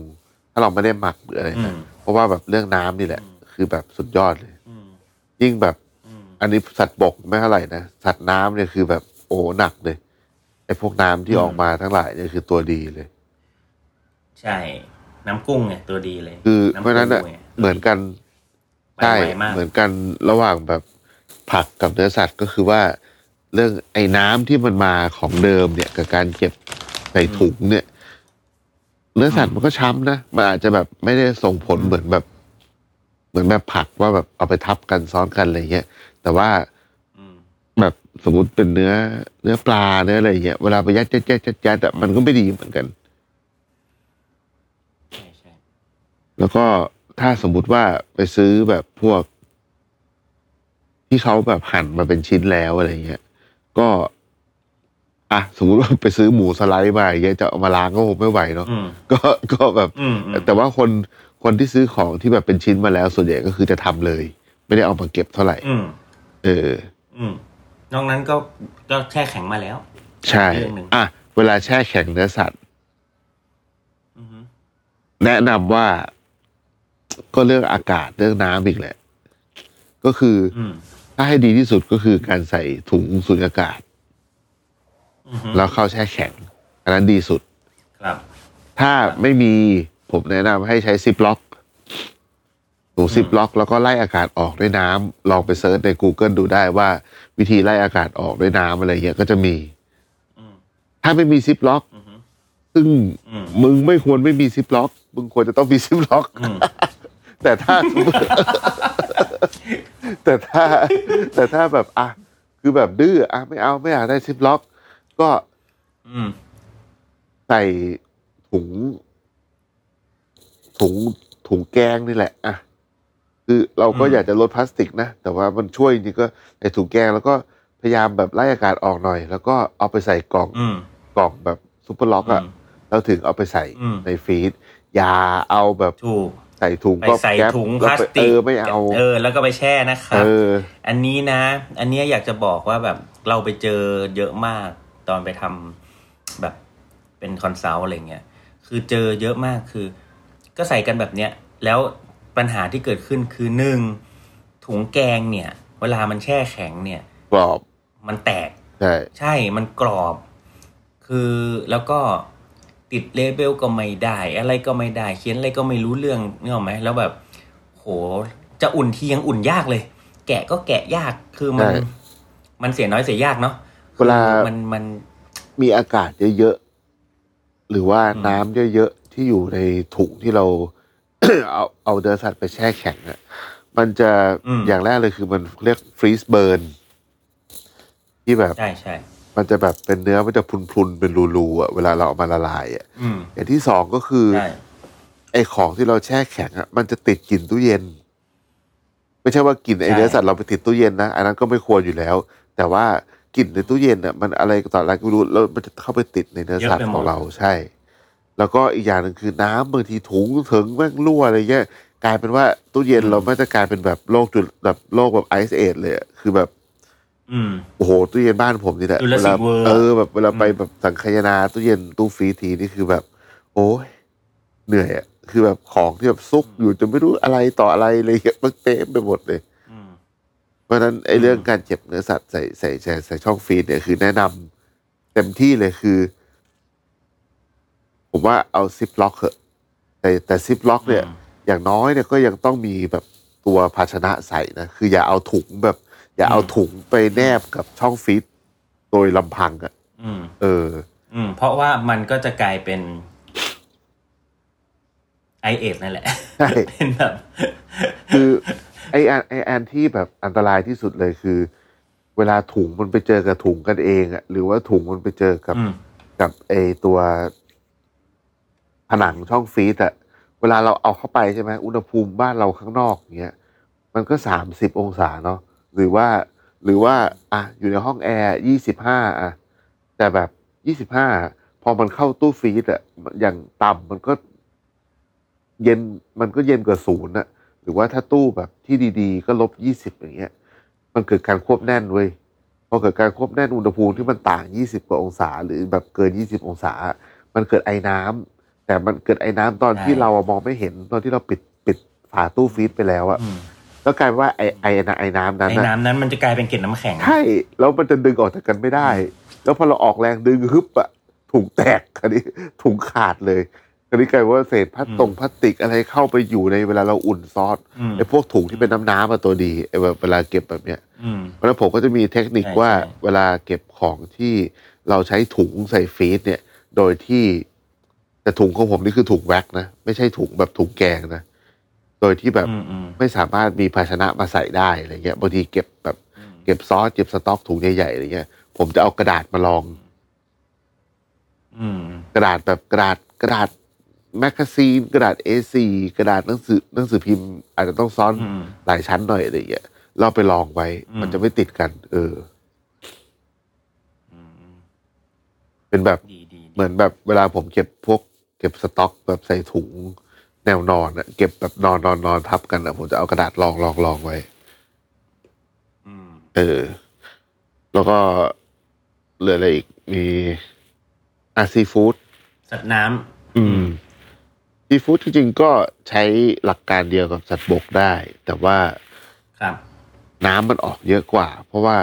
Speaker 4: ถ้าเราไม่ได้หมักหรืออะไรนะ
Speaker 5: อืม
Speaker 4: เพราะว่าแบบเรื่องน้ำนี่แหละ คือแบบสุดยอดเลย
Speaker 5: อืม
Speaker 4: ยิ่งแบบ
Speaker 5: อืม
Speaker 4: อันนี้สัตว์บกไม่เท่าไหร่นะสัตว์น้ำเนี่ยคือแบบโอ้โหหนักเลยไอ้พวกน้ำที่
Speaker 5: อืม
Speaker 4: ออกมาทั้งหลายเนี่ยคือตัวดีเลย
Speaker 5: ใช่ น้ำกุ้งไงตัวดีเลย
Speaker 4: คือเพ
Speaker 5: กุ้
Speaker 4: ราะ
Speaker 5: ง
Speaker 4: ฉะนั้นน่ะ
Speaker 5: ไง
Speaker 4: เหมือนกัน
Speaker 5: ไป
Speaker 4: ใช่
Speaker 5: ไวมาก
Speaker 4: เหมือนกันระหว่างแบบผักกับเนื้อสัตว์ก็คือว่าเรื่องไอ้น้ำที่มันมาของเดิมเนี่ย กับการเก็บใส่ถุงเนี่ย เนื้อสัตว์มันก็ช้ำนะมันอาจจะแบบไม่ได้ส่งผลเหมือนแบบ เหมือนแบบผักว่าแบบเอาไปทับกันซ้อนกันอะไรเงี้ยแต่ว่า
Speaker 5: อืม
Speaker 4: แบบสมมติเป็นเนื้อเนื้อปลาเนื้ออะไรอย่างเงี้ยเวลาไปยัดยัดยัดยัดยัดอะมันก็ไม่ดีเหมือนกัน
Speaker 5: ใช่ใช่
Speaker 4: แล้วก็ถ้าสมมติว่าไปซื้อแบบพวก ที่เขาแบบหั่นมาเป็นชิ้นแล้วอะไรเงี้ยก็ อ่ะสมมติว่าไปซื้อหมูสไลด์มาอย่างเงี้ยจะเอามาล้างก็คงไม่ไหวเนาะ
Speaker 5: อืม
Speaker 4: ก็ก็แบบ
Speaker 5: อืมอืม
Speaker 4: แต่ว่าคนคนที่ซื้อของที่แบบเป็นชิ้นมาแล้ว ส่วนใหญ่ก็คือจะทำเลย ไม่ได้เอามาเก็บเท่าไหร่
Speaker 5: อืม
Speaker 4: เออ
Speaker 5: อืม นอกนั้นก็ก็แช่แข็งมาแล้ว
Speaker 4: ใช่
Speaker 5: อีกเรื่องหนึ่ง
Speaker 4: อ่ะเวลาแช่แข็งเนื้อสัตว
Speaker 5: อือฮึ
Speaker 4: แนะนำว่าก็เรื่องอากาศเรื่องน้ำอีกแหละ ก็คือ
Speaker 5: อืม
Speaker 4: ถ้าให้ดีที่สุดก็คือการใส่ถุงสุญญากาศ
Speaker 5: อือฮึ
Speaker 4: แล้วเข้าแช่แข็ง อันนั้นดีสุด
Speaker 5: ครับ
Speaker 4: ถ้าไม่มีผมแนะนำให้ใช้ซิปล็อกถุงซิปล็อกแล้วก็ไล่อากาศออกด้วยน้ำลองไปเซิร์ชใน Google ดูได้ว่า วิธีไล่อากาศออกด้วยน้ำอะไรเงี้ยก็จะมี
Speaker 5: อืม
Speaker 4: ถ้าไม่มีซิปล็อก
Speaker 5: อือฮึ
Speaker 4: ซึ่ง
Speaker 5: อืม
Speaker 4: มึงไม่ควรไม่มีซิปล็อกมึงควรจะต้องมีซิปล็อก
Speaker 5: อืม
Speaker 4: แต่ถ้า แต่ถ้า แต่ถ้าแบบอ่ะคือแบบดื้ออ่ะไม่เอาไม่อยากได้ซิปล็อก ก็
Speaker 5: อืม
Speaker 4: ใส่ถุง ถุงถุงแกงนี่แหละอ่ะคือเราก็
Speaker 5: อืม
Speaker 4: อยากจะลดพลาสติกนะ แต่ว่ามันช่วยจริงๆก็ใส่ถุงแกงแล้วก็พยายามแบบไล่อากาศออกหน่อย แล้วก็เอาไปใส่กล่อง
Speaker 5: อืม
Speaker 4: กล่องแบบซุปเปอร์ล็อกอ่ะ
Speaker 5: อืม
Speaker 4: แล้วถึงเอาไปใส่
Speaker 5: อืม
Speaker 4: ในฟรีดอย่าเอาแบบ
Speaker 5: ถูก
Speaker 4: ใส่ถุง
Speaker 5: ไป
Speaker 4: ก็
Speaker 5: ใส่
Speaker 4: แก๊ป
Speaker 5: ถุงพ
Speaker 4: แว
Speaker 5: ลาส
Speaker 4: ไป
Speaker 5: ติ
Speaker 4: เอก อไม่เอา
Speaker 5: เออ แล้วก็ไปแช่นะครั
Speaker 4: เอบ อ
Speaker 5: อันนี้นะ อันเนี้ยอยากจะบอกว่าแบบเราไปเจอเยอะมาก ตอนไปทำแบบเป็นคอนซัลท์อะไรเงี้ย คือเจอเยอะมากคือ ก็ใส่กันแบบเนี้ย แล้วปัญหาที่เกิดขึ้นคือหนึ่งถุงแกงเนี่ย เวลามันแช่แข็งเนี่ย
Speaker 4: กรอบ
Speaker 5: มันแตก
Speaker 4: ใช่
Speaker 5: ใช่ มันกรอบ คือแล้วก็ติดเลเบลก็ไม่ได้ อะไรก็ไม่ได้ เขียนอะไรก็ไม่รู้เรื่องนี่หรอกไหม แล้วแบบ โห จะอุ่นทียังอุ่นยากเลย แกะก็แกะยาก คือมัน มันเสียน้อยเสียยากเนาะ
Speaker 4: เวลา
Speaker 5: คือมันมัน
Speaker 4: มีอากาศเยอะๆหรือว่า
Speaker 5: อืม
Speaker 4: น้ำเยอะๆที่อยู่ในถุงที่เรา เอาเอาเนื้อสัตว์ไปแช่แข็งอะมันจะ
Speaker 5: อืม
Speaker 4: อย่างแรกเลยคือมันเรียกฟรีซเบิร์นที่แบบ
Speaker 5: ใช่ใช่
Speaker 4: มันจะแบบเป็นเนื้อมันจะพรุนๆเป็นรูๆอะเวลาเราเอามาละลายอะ
Speaker 5: อืม
Speaker 4: อย่างที่สองก็คือ
Speaker 5: ใช่
Speaker 4: ไอ้ของที่เราแช่แข็งอะมันจะติดกลิ่นตู้เย็น ไม่ใช่ว่ากลิ่นไอ้
Speaker 5: ใช่
Speaker 4: เนื้อสัตว์เราไปติดตู้เย็นนะอันนั้นก็ไม่ควรอยู่แล้ว แต่ว่ากลิ่นในตู้เย็นอะมันอะไรต่ออะไรก็ไม่รู้แล้วมันจะเข้าไปติดในเนื้อสัตว์ของเราใช่ แล้วก็อีกอย่างหนึ่งคือน้ำบางทีถุงเถิงแม่งรั่วอะไรเงี้ยกลายเป็นว่าตู้เย็นเราไม่จะกลายเป็นแบบโรคจุดแบบโรคแบบไอซ์เอดเลยอะคือแบบ
Speaker 5: อืม
Speaker 4: โอ้โหตู้เย็นบ้านผมนี่แหละ
Speaker 5: จุล
Speaker 4: เว
Speaker 5: ศิ
Speaker 4: ลา
Speaker 5: ลป์เวอร์
Speaker 4: เออแบบเวลาไปแบบสังคายนาตู้เย็นตู้ฟรีซทีนี่คือแบบ โอ้ยเหนื่อยอะคือแบบของที่แบบซุกอยู่จนไม่รู้อะไรต่ออะไรเลยเยอะมันเต็มไปหมดเลย
Speaker 5: อืม
Speaker 4: เพราะฉะนั้นไอ้เรื่องการเจ็บเนื้อสัตว์ใส่ใส่ใส่ใส่ช่องฟรีดเนี่ยคือแนะนำเต็มที่เลยคือ ผมว่าเอาซิปล็อกเถอะแต่แต่ซิปล็อกเนี่ย
Speaker 5: อืม
Speaker 4: อย่างน้อยเนี่ยก็ยังต้องมีแบบตัวภาชนะใส่นะ คืออย่าเอาถุงแบบ อย่าเอาถุงไปแนบกับช่องฟรีดโดยลำพังอะ่ะ
Speaker 5: อืม
Speaker 4: เออ
Speaker 5: อืม เพราะว่ามันก็จะกลายเป็นไอเอสนั่นแหละ
Speaker 4: ใช่
Speaker 5: เป็นแบบ
Speaker 4: คือ ไออันไออันที่แบบอันตรายที่สุดเลยคือ เวลาถุงมันไปเจอกับถุงกันเองอะ่ะ หรือว่าถุงมันไปเจอกับ
Speaker 5: อืม
Speaker 4: กับไอตัวผนังช่องฟีดอะเวลาเราเอาเข้าไปใช่ไหมอุณหภูมิบ้านเราข้างนอกเงี้ย มันก็สามสิบองศาเนาะหรือว่า หรือว่า อ่ะ อยู่ในห้องแอร์ยี่สิบห้าอ่ะ แต่แบบยี่สิบห้าพอมันเข้าตู้ฟรีซอะอย่างต่ำมันก็ เย็นมันก็เย็นกว่าศูนย์อะหรือว่าถ้าตู้แบบที่ดีๆ ก็ลบยี่สิบอย่างเงี้ย มันเกิดการควบแน่นเว้ยพอเกิดการควบแน่นอุณหภูมิที่มันต่างยี่สิบกว่าองศา หรือแบบเกินยี่สิบองศา มันเกิดไอน้ำแต่มันเกิดไอน้ำตอน
Speaker 5: ใช่
Speaker 4: ที่เราอะมองไม่เห็นตอนที่เราปิดปิดฝาตู้ฟรีซไปแล้วอะ
Speaker 5: อืม
Speaker 4: แล้วกลายเป็นว่าไอไอน่ะไอน้ำนั้น
Speaker 5: ไอ้
Speaker 4: นะ
Speaker 5: น้ำนั้นมันจะกลายเป็นเกล็ดน้ำแข็ง
Speaker 4: ใช่ แล้วมันจะดึงออกจากกันไม่ได้ แล้วพอเราออกแรงดึงฮึบอะถุงแตกคันนี้ถุงขาดเลยคันนี้กลายเป็นว่าเศษพลาสตงพลาสติกอะไรเข้าไปอยู่ในเวลาเราอุ่นซอส
Speaker 5: อืม
Speaker 4: ไอพวกถุงที่เป็นน้ำน้ำอะตัวดีไอแบบเวลาเก็บแบบเนี้ย
Speaker 5: อืม
Speaker 4: เพราะฉะนั้นผมก็จะมีเทคนิคว่า
Speaker 5: ใช่ใช่
Speaker 4: เวลาเก็บของที่เราใช้ถุงใส่ฟีดเนี่ย โดยที่แต่ถุงของผมนี่คือถุงแว็กนะไม่ใช่ถุงแบบถุงแกงนะโดยที่แบบ
Speaker 5: อืมอืม
Speaker 4: ไม่สามารถมีภาชนะมาใส่ได้อะไรเงี้ยบางทีเก็บแบบ
Speaker 5: อืม
Speaker 4: เก็บซอสเก็บสต๊อกถุงใหญ่ๆอะไรเงี้ย ผมจะเอากระดาษมาลอง
Speaker 5: อืม
Speaker 4: กระดาษแบบกระดาษกระดาษแมกกาซีนกระดาษ A4 กระดาษหนังสือหนังสือพิมพ์ อาจจะต้องซ้อน
Speaker 5: อืม
Speaker 4: หลายชั้นหน่อยอะไรเงี้ยเราไปลองไว้
Speaker 5: อืม
Speaker 4: มันจะไม่ติดกัน เออ เป็นแบบ
Speaker 5: ดีดีดี
Speaker 4: เหมือนแบบเวลาผมเก็บพวก เก็บสต๊อกแบบใส่ถุงแนวนอนอะเก็บแบบนอนนอนนอนทับกันอะผมจะเอากระดาษลองลองลองไว้
Speaker 5: อืม
Speaker 4: เออ แล้วก็เหลืออะไรอีก มีอาซีฟู้ด
Speaker 5: สัตว์น้ำ
Speaker 4: ซีฟู้ดที่จริงก็ใช้หลักการเดียวกับสัตว์บกได้ แต่ว่า
Speaker 5: ครับ
Speaker 4: น้ำมันออกเยอะกว่า เพราะว่า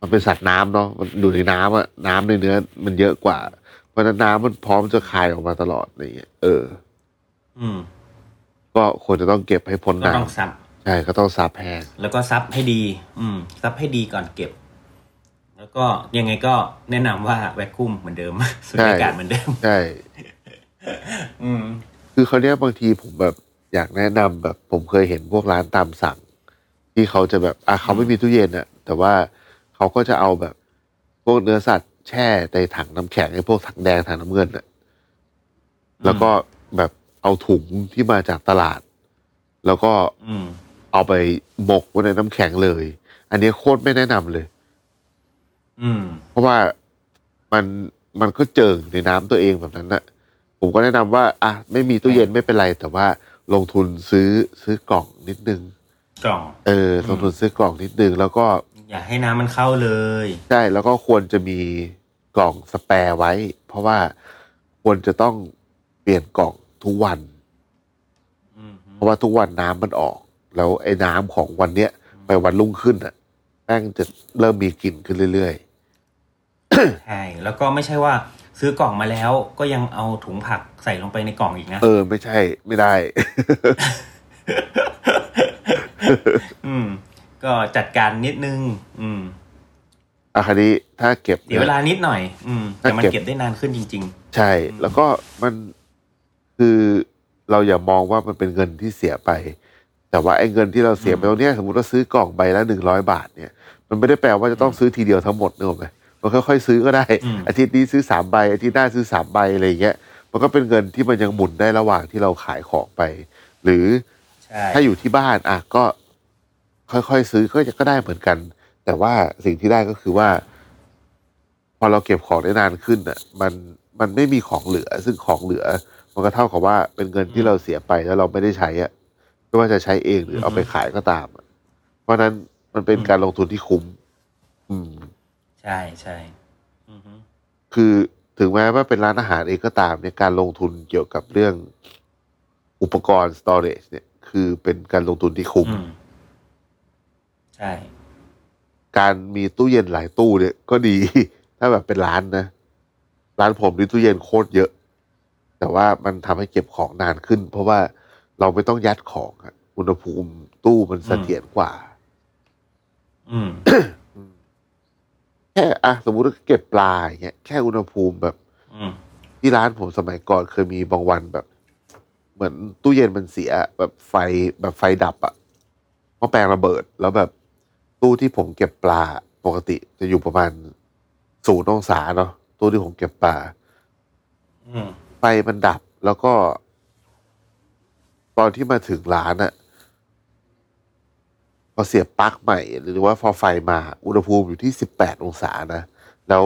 Speaker 4: มันเป็นสัตว์น้ำเนาะมันอยู่ในน้ำอะน้ำในเนื้อ มันเยอะกว่า เพราะฉะนั้นน้ำมันพร้อมจะคายออกมาตลอดอะไรอย่างเงี้ยเออ
Speaker 5: อืม
Speaker 4: ก็ควรจะต้องเก็บให้พ้น
Speaker 5: ก็ต้อง
Speaker 4: น้ำ
Speaker 5: ซับ
Speaker 4: ใช่ก็ต้องซับแห้ง
Speaker 5: แล้วก็ซับให้ดี อืม ซับให้ดีก่อนเก็บ แล้วก็ยังไงก็แนะนำว่าแวคคุมเหมือนเดิม สูดอากาศเหมือนเดิม
Speaker 4: ใช่
Speaker 5: อืม
Speaker 4: คือเขาวเนี้ยบางทีผมแบบอยากแนะนำแบบ ผมเคยเห็นพวกร้านตามสั่ง ที่เขาจะแบบอ่ะเขาไม่มีตู้เย็นอะแต่ว่าเขาก็จะเอาแบบพวกเนื้อสัตว์แช่ในถังน้ำแข็งไอ้พวกถังแดงถังน้ำเงินอะแล้วก็แบบเอาถุงที่มาจากตลาด แล้วก็
Speaker 5: อืม
Speaker 4: เอาไปหมกไว้ในน้ำแข็งเลย อันเนี้ยโคตรไม่แนะนำเลย
Speaker 5: อืม
Speaker 4: เพราะว่ามันมันก็เจิงในน้ำตัวเองแบบนั้นนะผมก็แนะนำว่า อ่ะไม่มีตู้เย็นไม่เป็นไร แต่ว่าลงทุนซื้อซื้อกล่องนิดนึง
Speaker 5: กล่อง
Speaker 4: เออ ลงทุนซื้อกล่องนิดนึง แล้วก็
Speaker 5: อย่าให้น้ำมันเข้าเลย
Speaker 4: ใช่แล้วก็ควรจะมีกล่องสแปร์ไว้ เพราะว่าควรจะต้องเปลี่ยนกล่องทุกวัน
Speaker 5: อืม
Speaker 4: เพราะว่าทุกวันน้ำมันออก แล้วไอ้น้ำของวันเนี้ยไปวันรุ่งขึ้นอ่ะแป้งจะเริ่มมีกลิ่นขึ้นเรื่อย
Speaker 5: ใช่ แล้วก็ไม่ใช่ว่าซื้อกล่องมาแล้วก็ยังเอาถุงผักใส่ลงไปในกล่องอีกนะ
Speaker 4: ๆ เออ ไม่ใช่ไม่ได้
Speaker 5: อืม ก็จัดการนิดนึง อืม
Speaker 4: อาคราวนี้ถ้าเก็บ
Speaker 5: เสียเวลานิดหน่อย อืม แต่มัน
Speaker 4: ถ้า
Speaker 5: เก็บได้นานขึ้นจริง
Speaker 4: ใช่ แล้วก็มันคือเราอย่ามองว่ามันเป็นเงินที่เสียไป แต่ว่าไอ้เงินที่เราเสียไปตรงเนี้ยสมมติว่าซื้อกล่องใบละหนึ่งร้อยบาทเนี่ย มันไม่ได้แปลว่าจะต้องซื้อทีเดียวทั้งหมดนึกออกไหมมันค่อยๆซื้อก็ได้
Speaker 5: อืม
Speaker 4: อาทิตย์นี้ซื้อสามใบอาทิตย์หน้าซื้อสามใบอะไรอย่างเงี้ยมันก็เป็นเงินที่มันยังหมุนได้ระหว่างที่เราขายของไป หรือ
Speaker 5: ๆ ใช่
Speaker 4: ถ้าอยู่ที่บ้านอ่ะก็ค่อยๆซื้อก็ก็ได้เหมือนกัน แต่ว่าสิ่งที่ได้ก็คือว่า พอเราเก็บของได้นานขึ้นอ่ะ มันมันไม่มีของเหลือ ซึ่งของเหลือ มันก็เท่ากับว่าเป็นเงินที่เราเสียไปแล้วเราไม่ได้ใช้อ่ะไม่ว่าจะใช้เองหรือเอาไปขายก็ตามอะเพราะฉะนั้นมันเป็นการลงทุนที่คุ้ม อืม
Speaker 5: ใช่ใช่อือฮึ
Speaker 4: คือถึงแม้ว่าเป็นร้านอาหารเองก็ตามเนี่ยการลงทุนเกี่ยวกับเรื่องอุปกรณ์ storage เนี่ย คือเป็นการลงทุนที่คุ้ม
Speaker 5: อืม ใช่
Speaker 4: การมีตู้เย็นหลายตู้เนี่ยก็ดี ถ้าแบบเป็นร้านนะ ร้านผมนี่ตู้เย็นโคตรเยอะ แต่ว่ามันทำให้เก็บของนานขึ้น เพราะว่าเราไม่ต้องยัดของอะอุณหภูมิตู้มันเสถียรกว่า
Speaker 5: อืม
Speaker 4: แค่อะสมมุติว่าเก็บปลาอย่างเงี้ยแค่อุณหภูมิแบบ
Speaker 5: อืม
Speaker 4: ที่ร้านผมสมัยก่อนเคยมีบางวันแบบ เหมือนตู้เย็นมันเสีย แบบไฟแบบไฟดับอะหม้อแปลงระเบิด แล้วแบบตู้ที่ผมเก็บปลาปกติจะอยู่ประมาณศูนย์องศาเนาะ ตัวที่ผมเก็บป่า
Speaker 5: อืม
Speaker 4: ไฟมันดับแล้วก็ ตอนที่มาถึงร้านอะพอเสียบปลั๊กใหม่ หรือว่าพอไฟมา อุณหภูมิอยู่ที่สิบแปดองศานะ แล้ว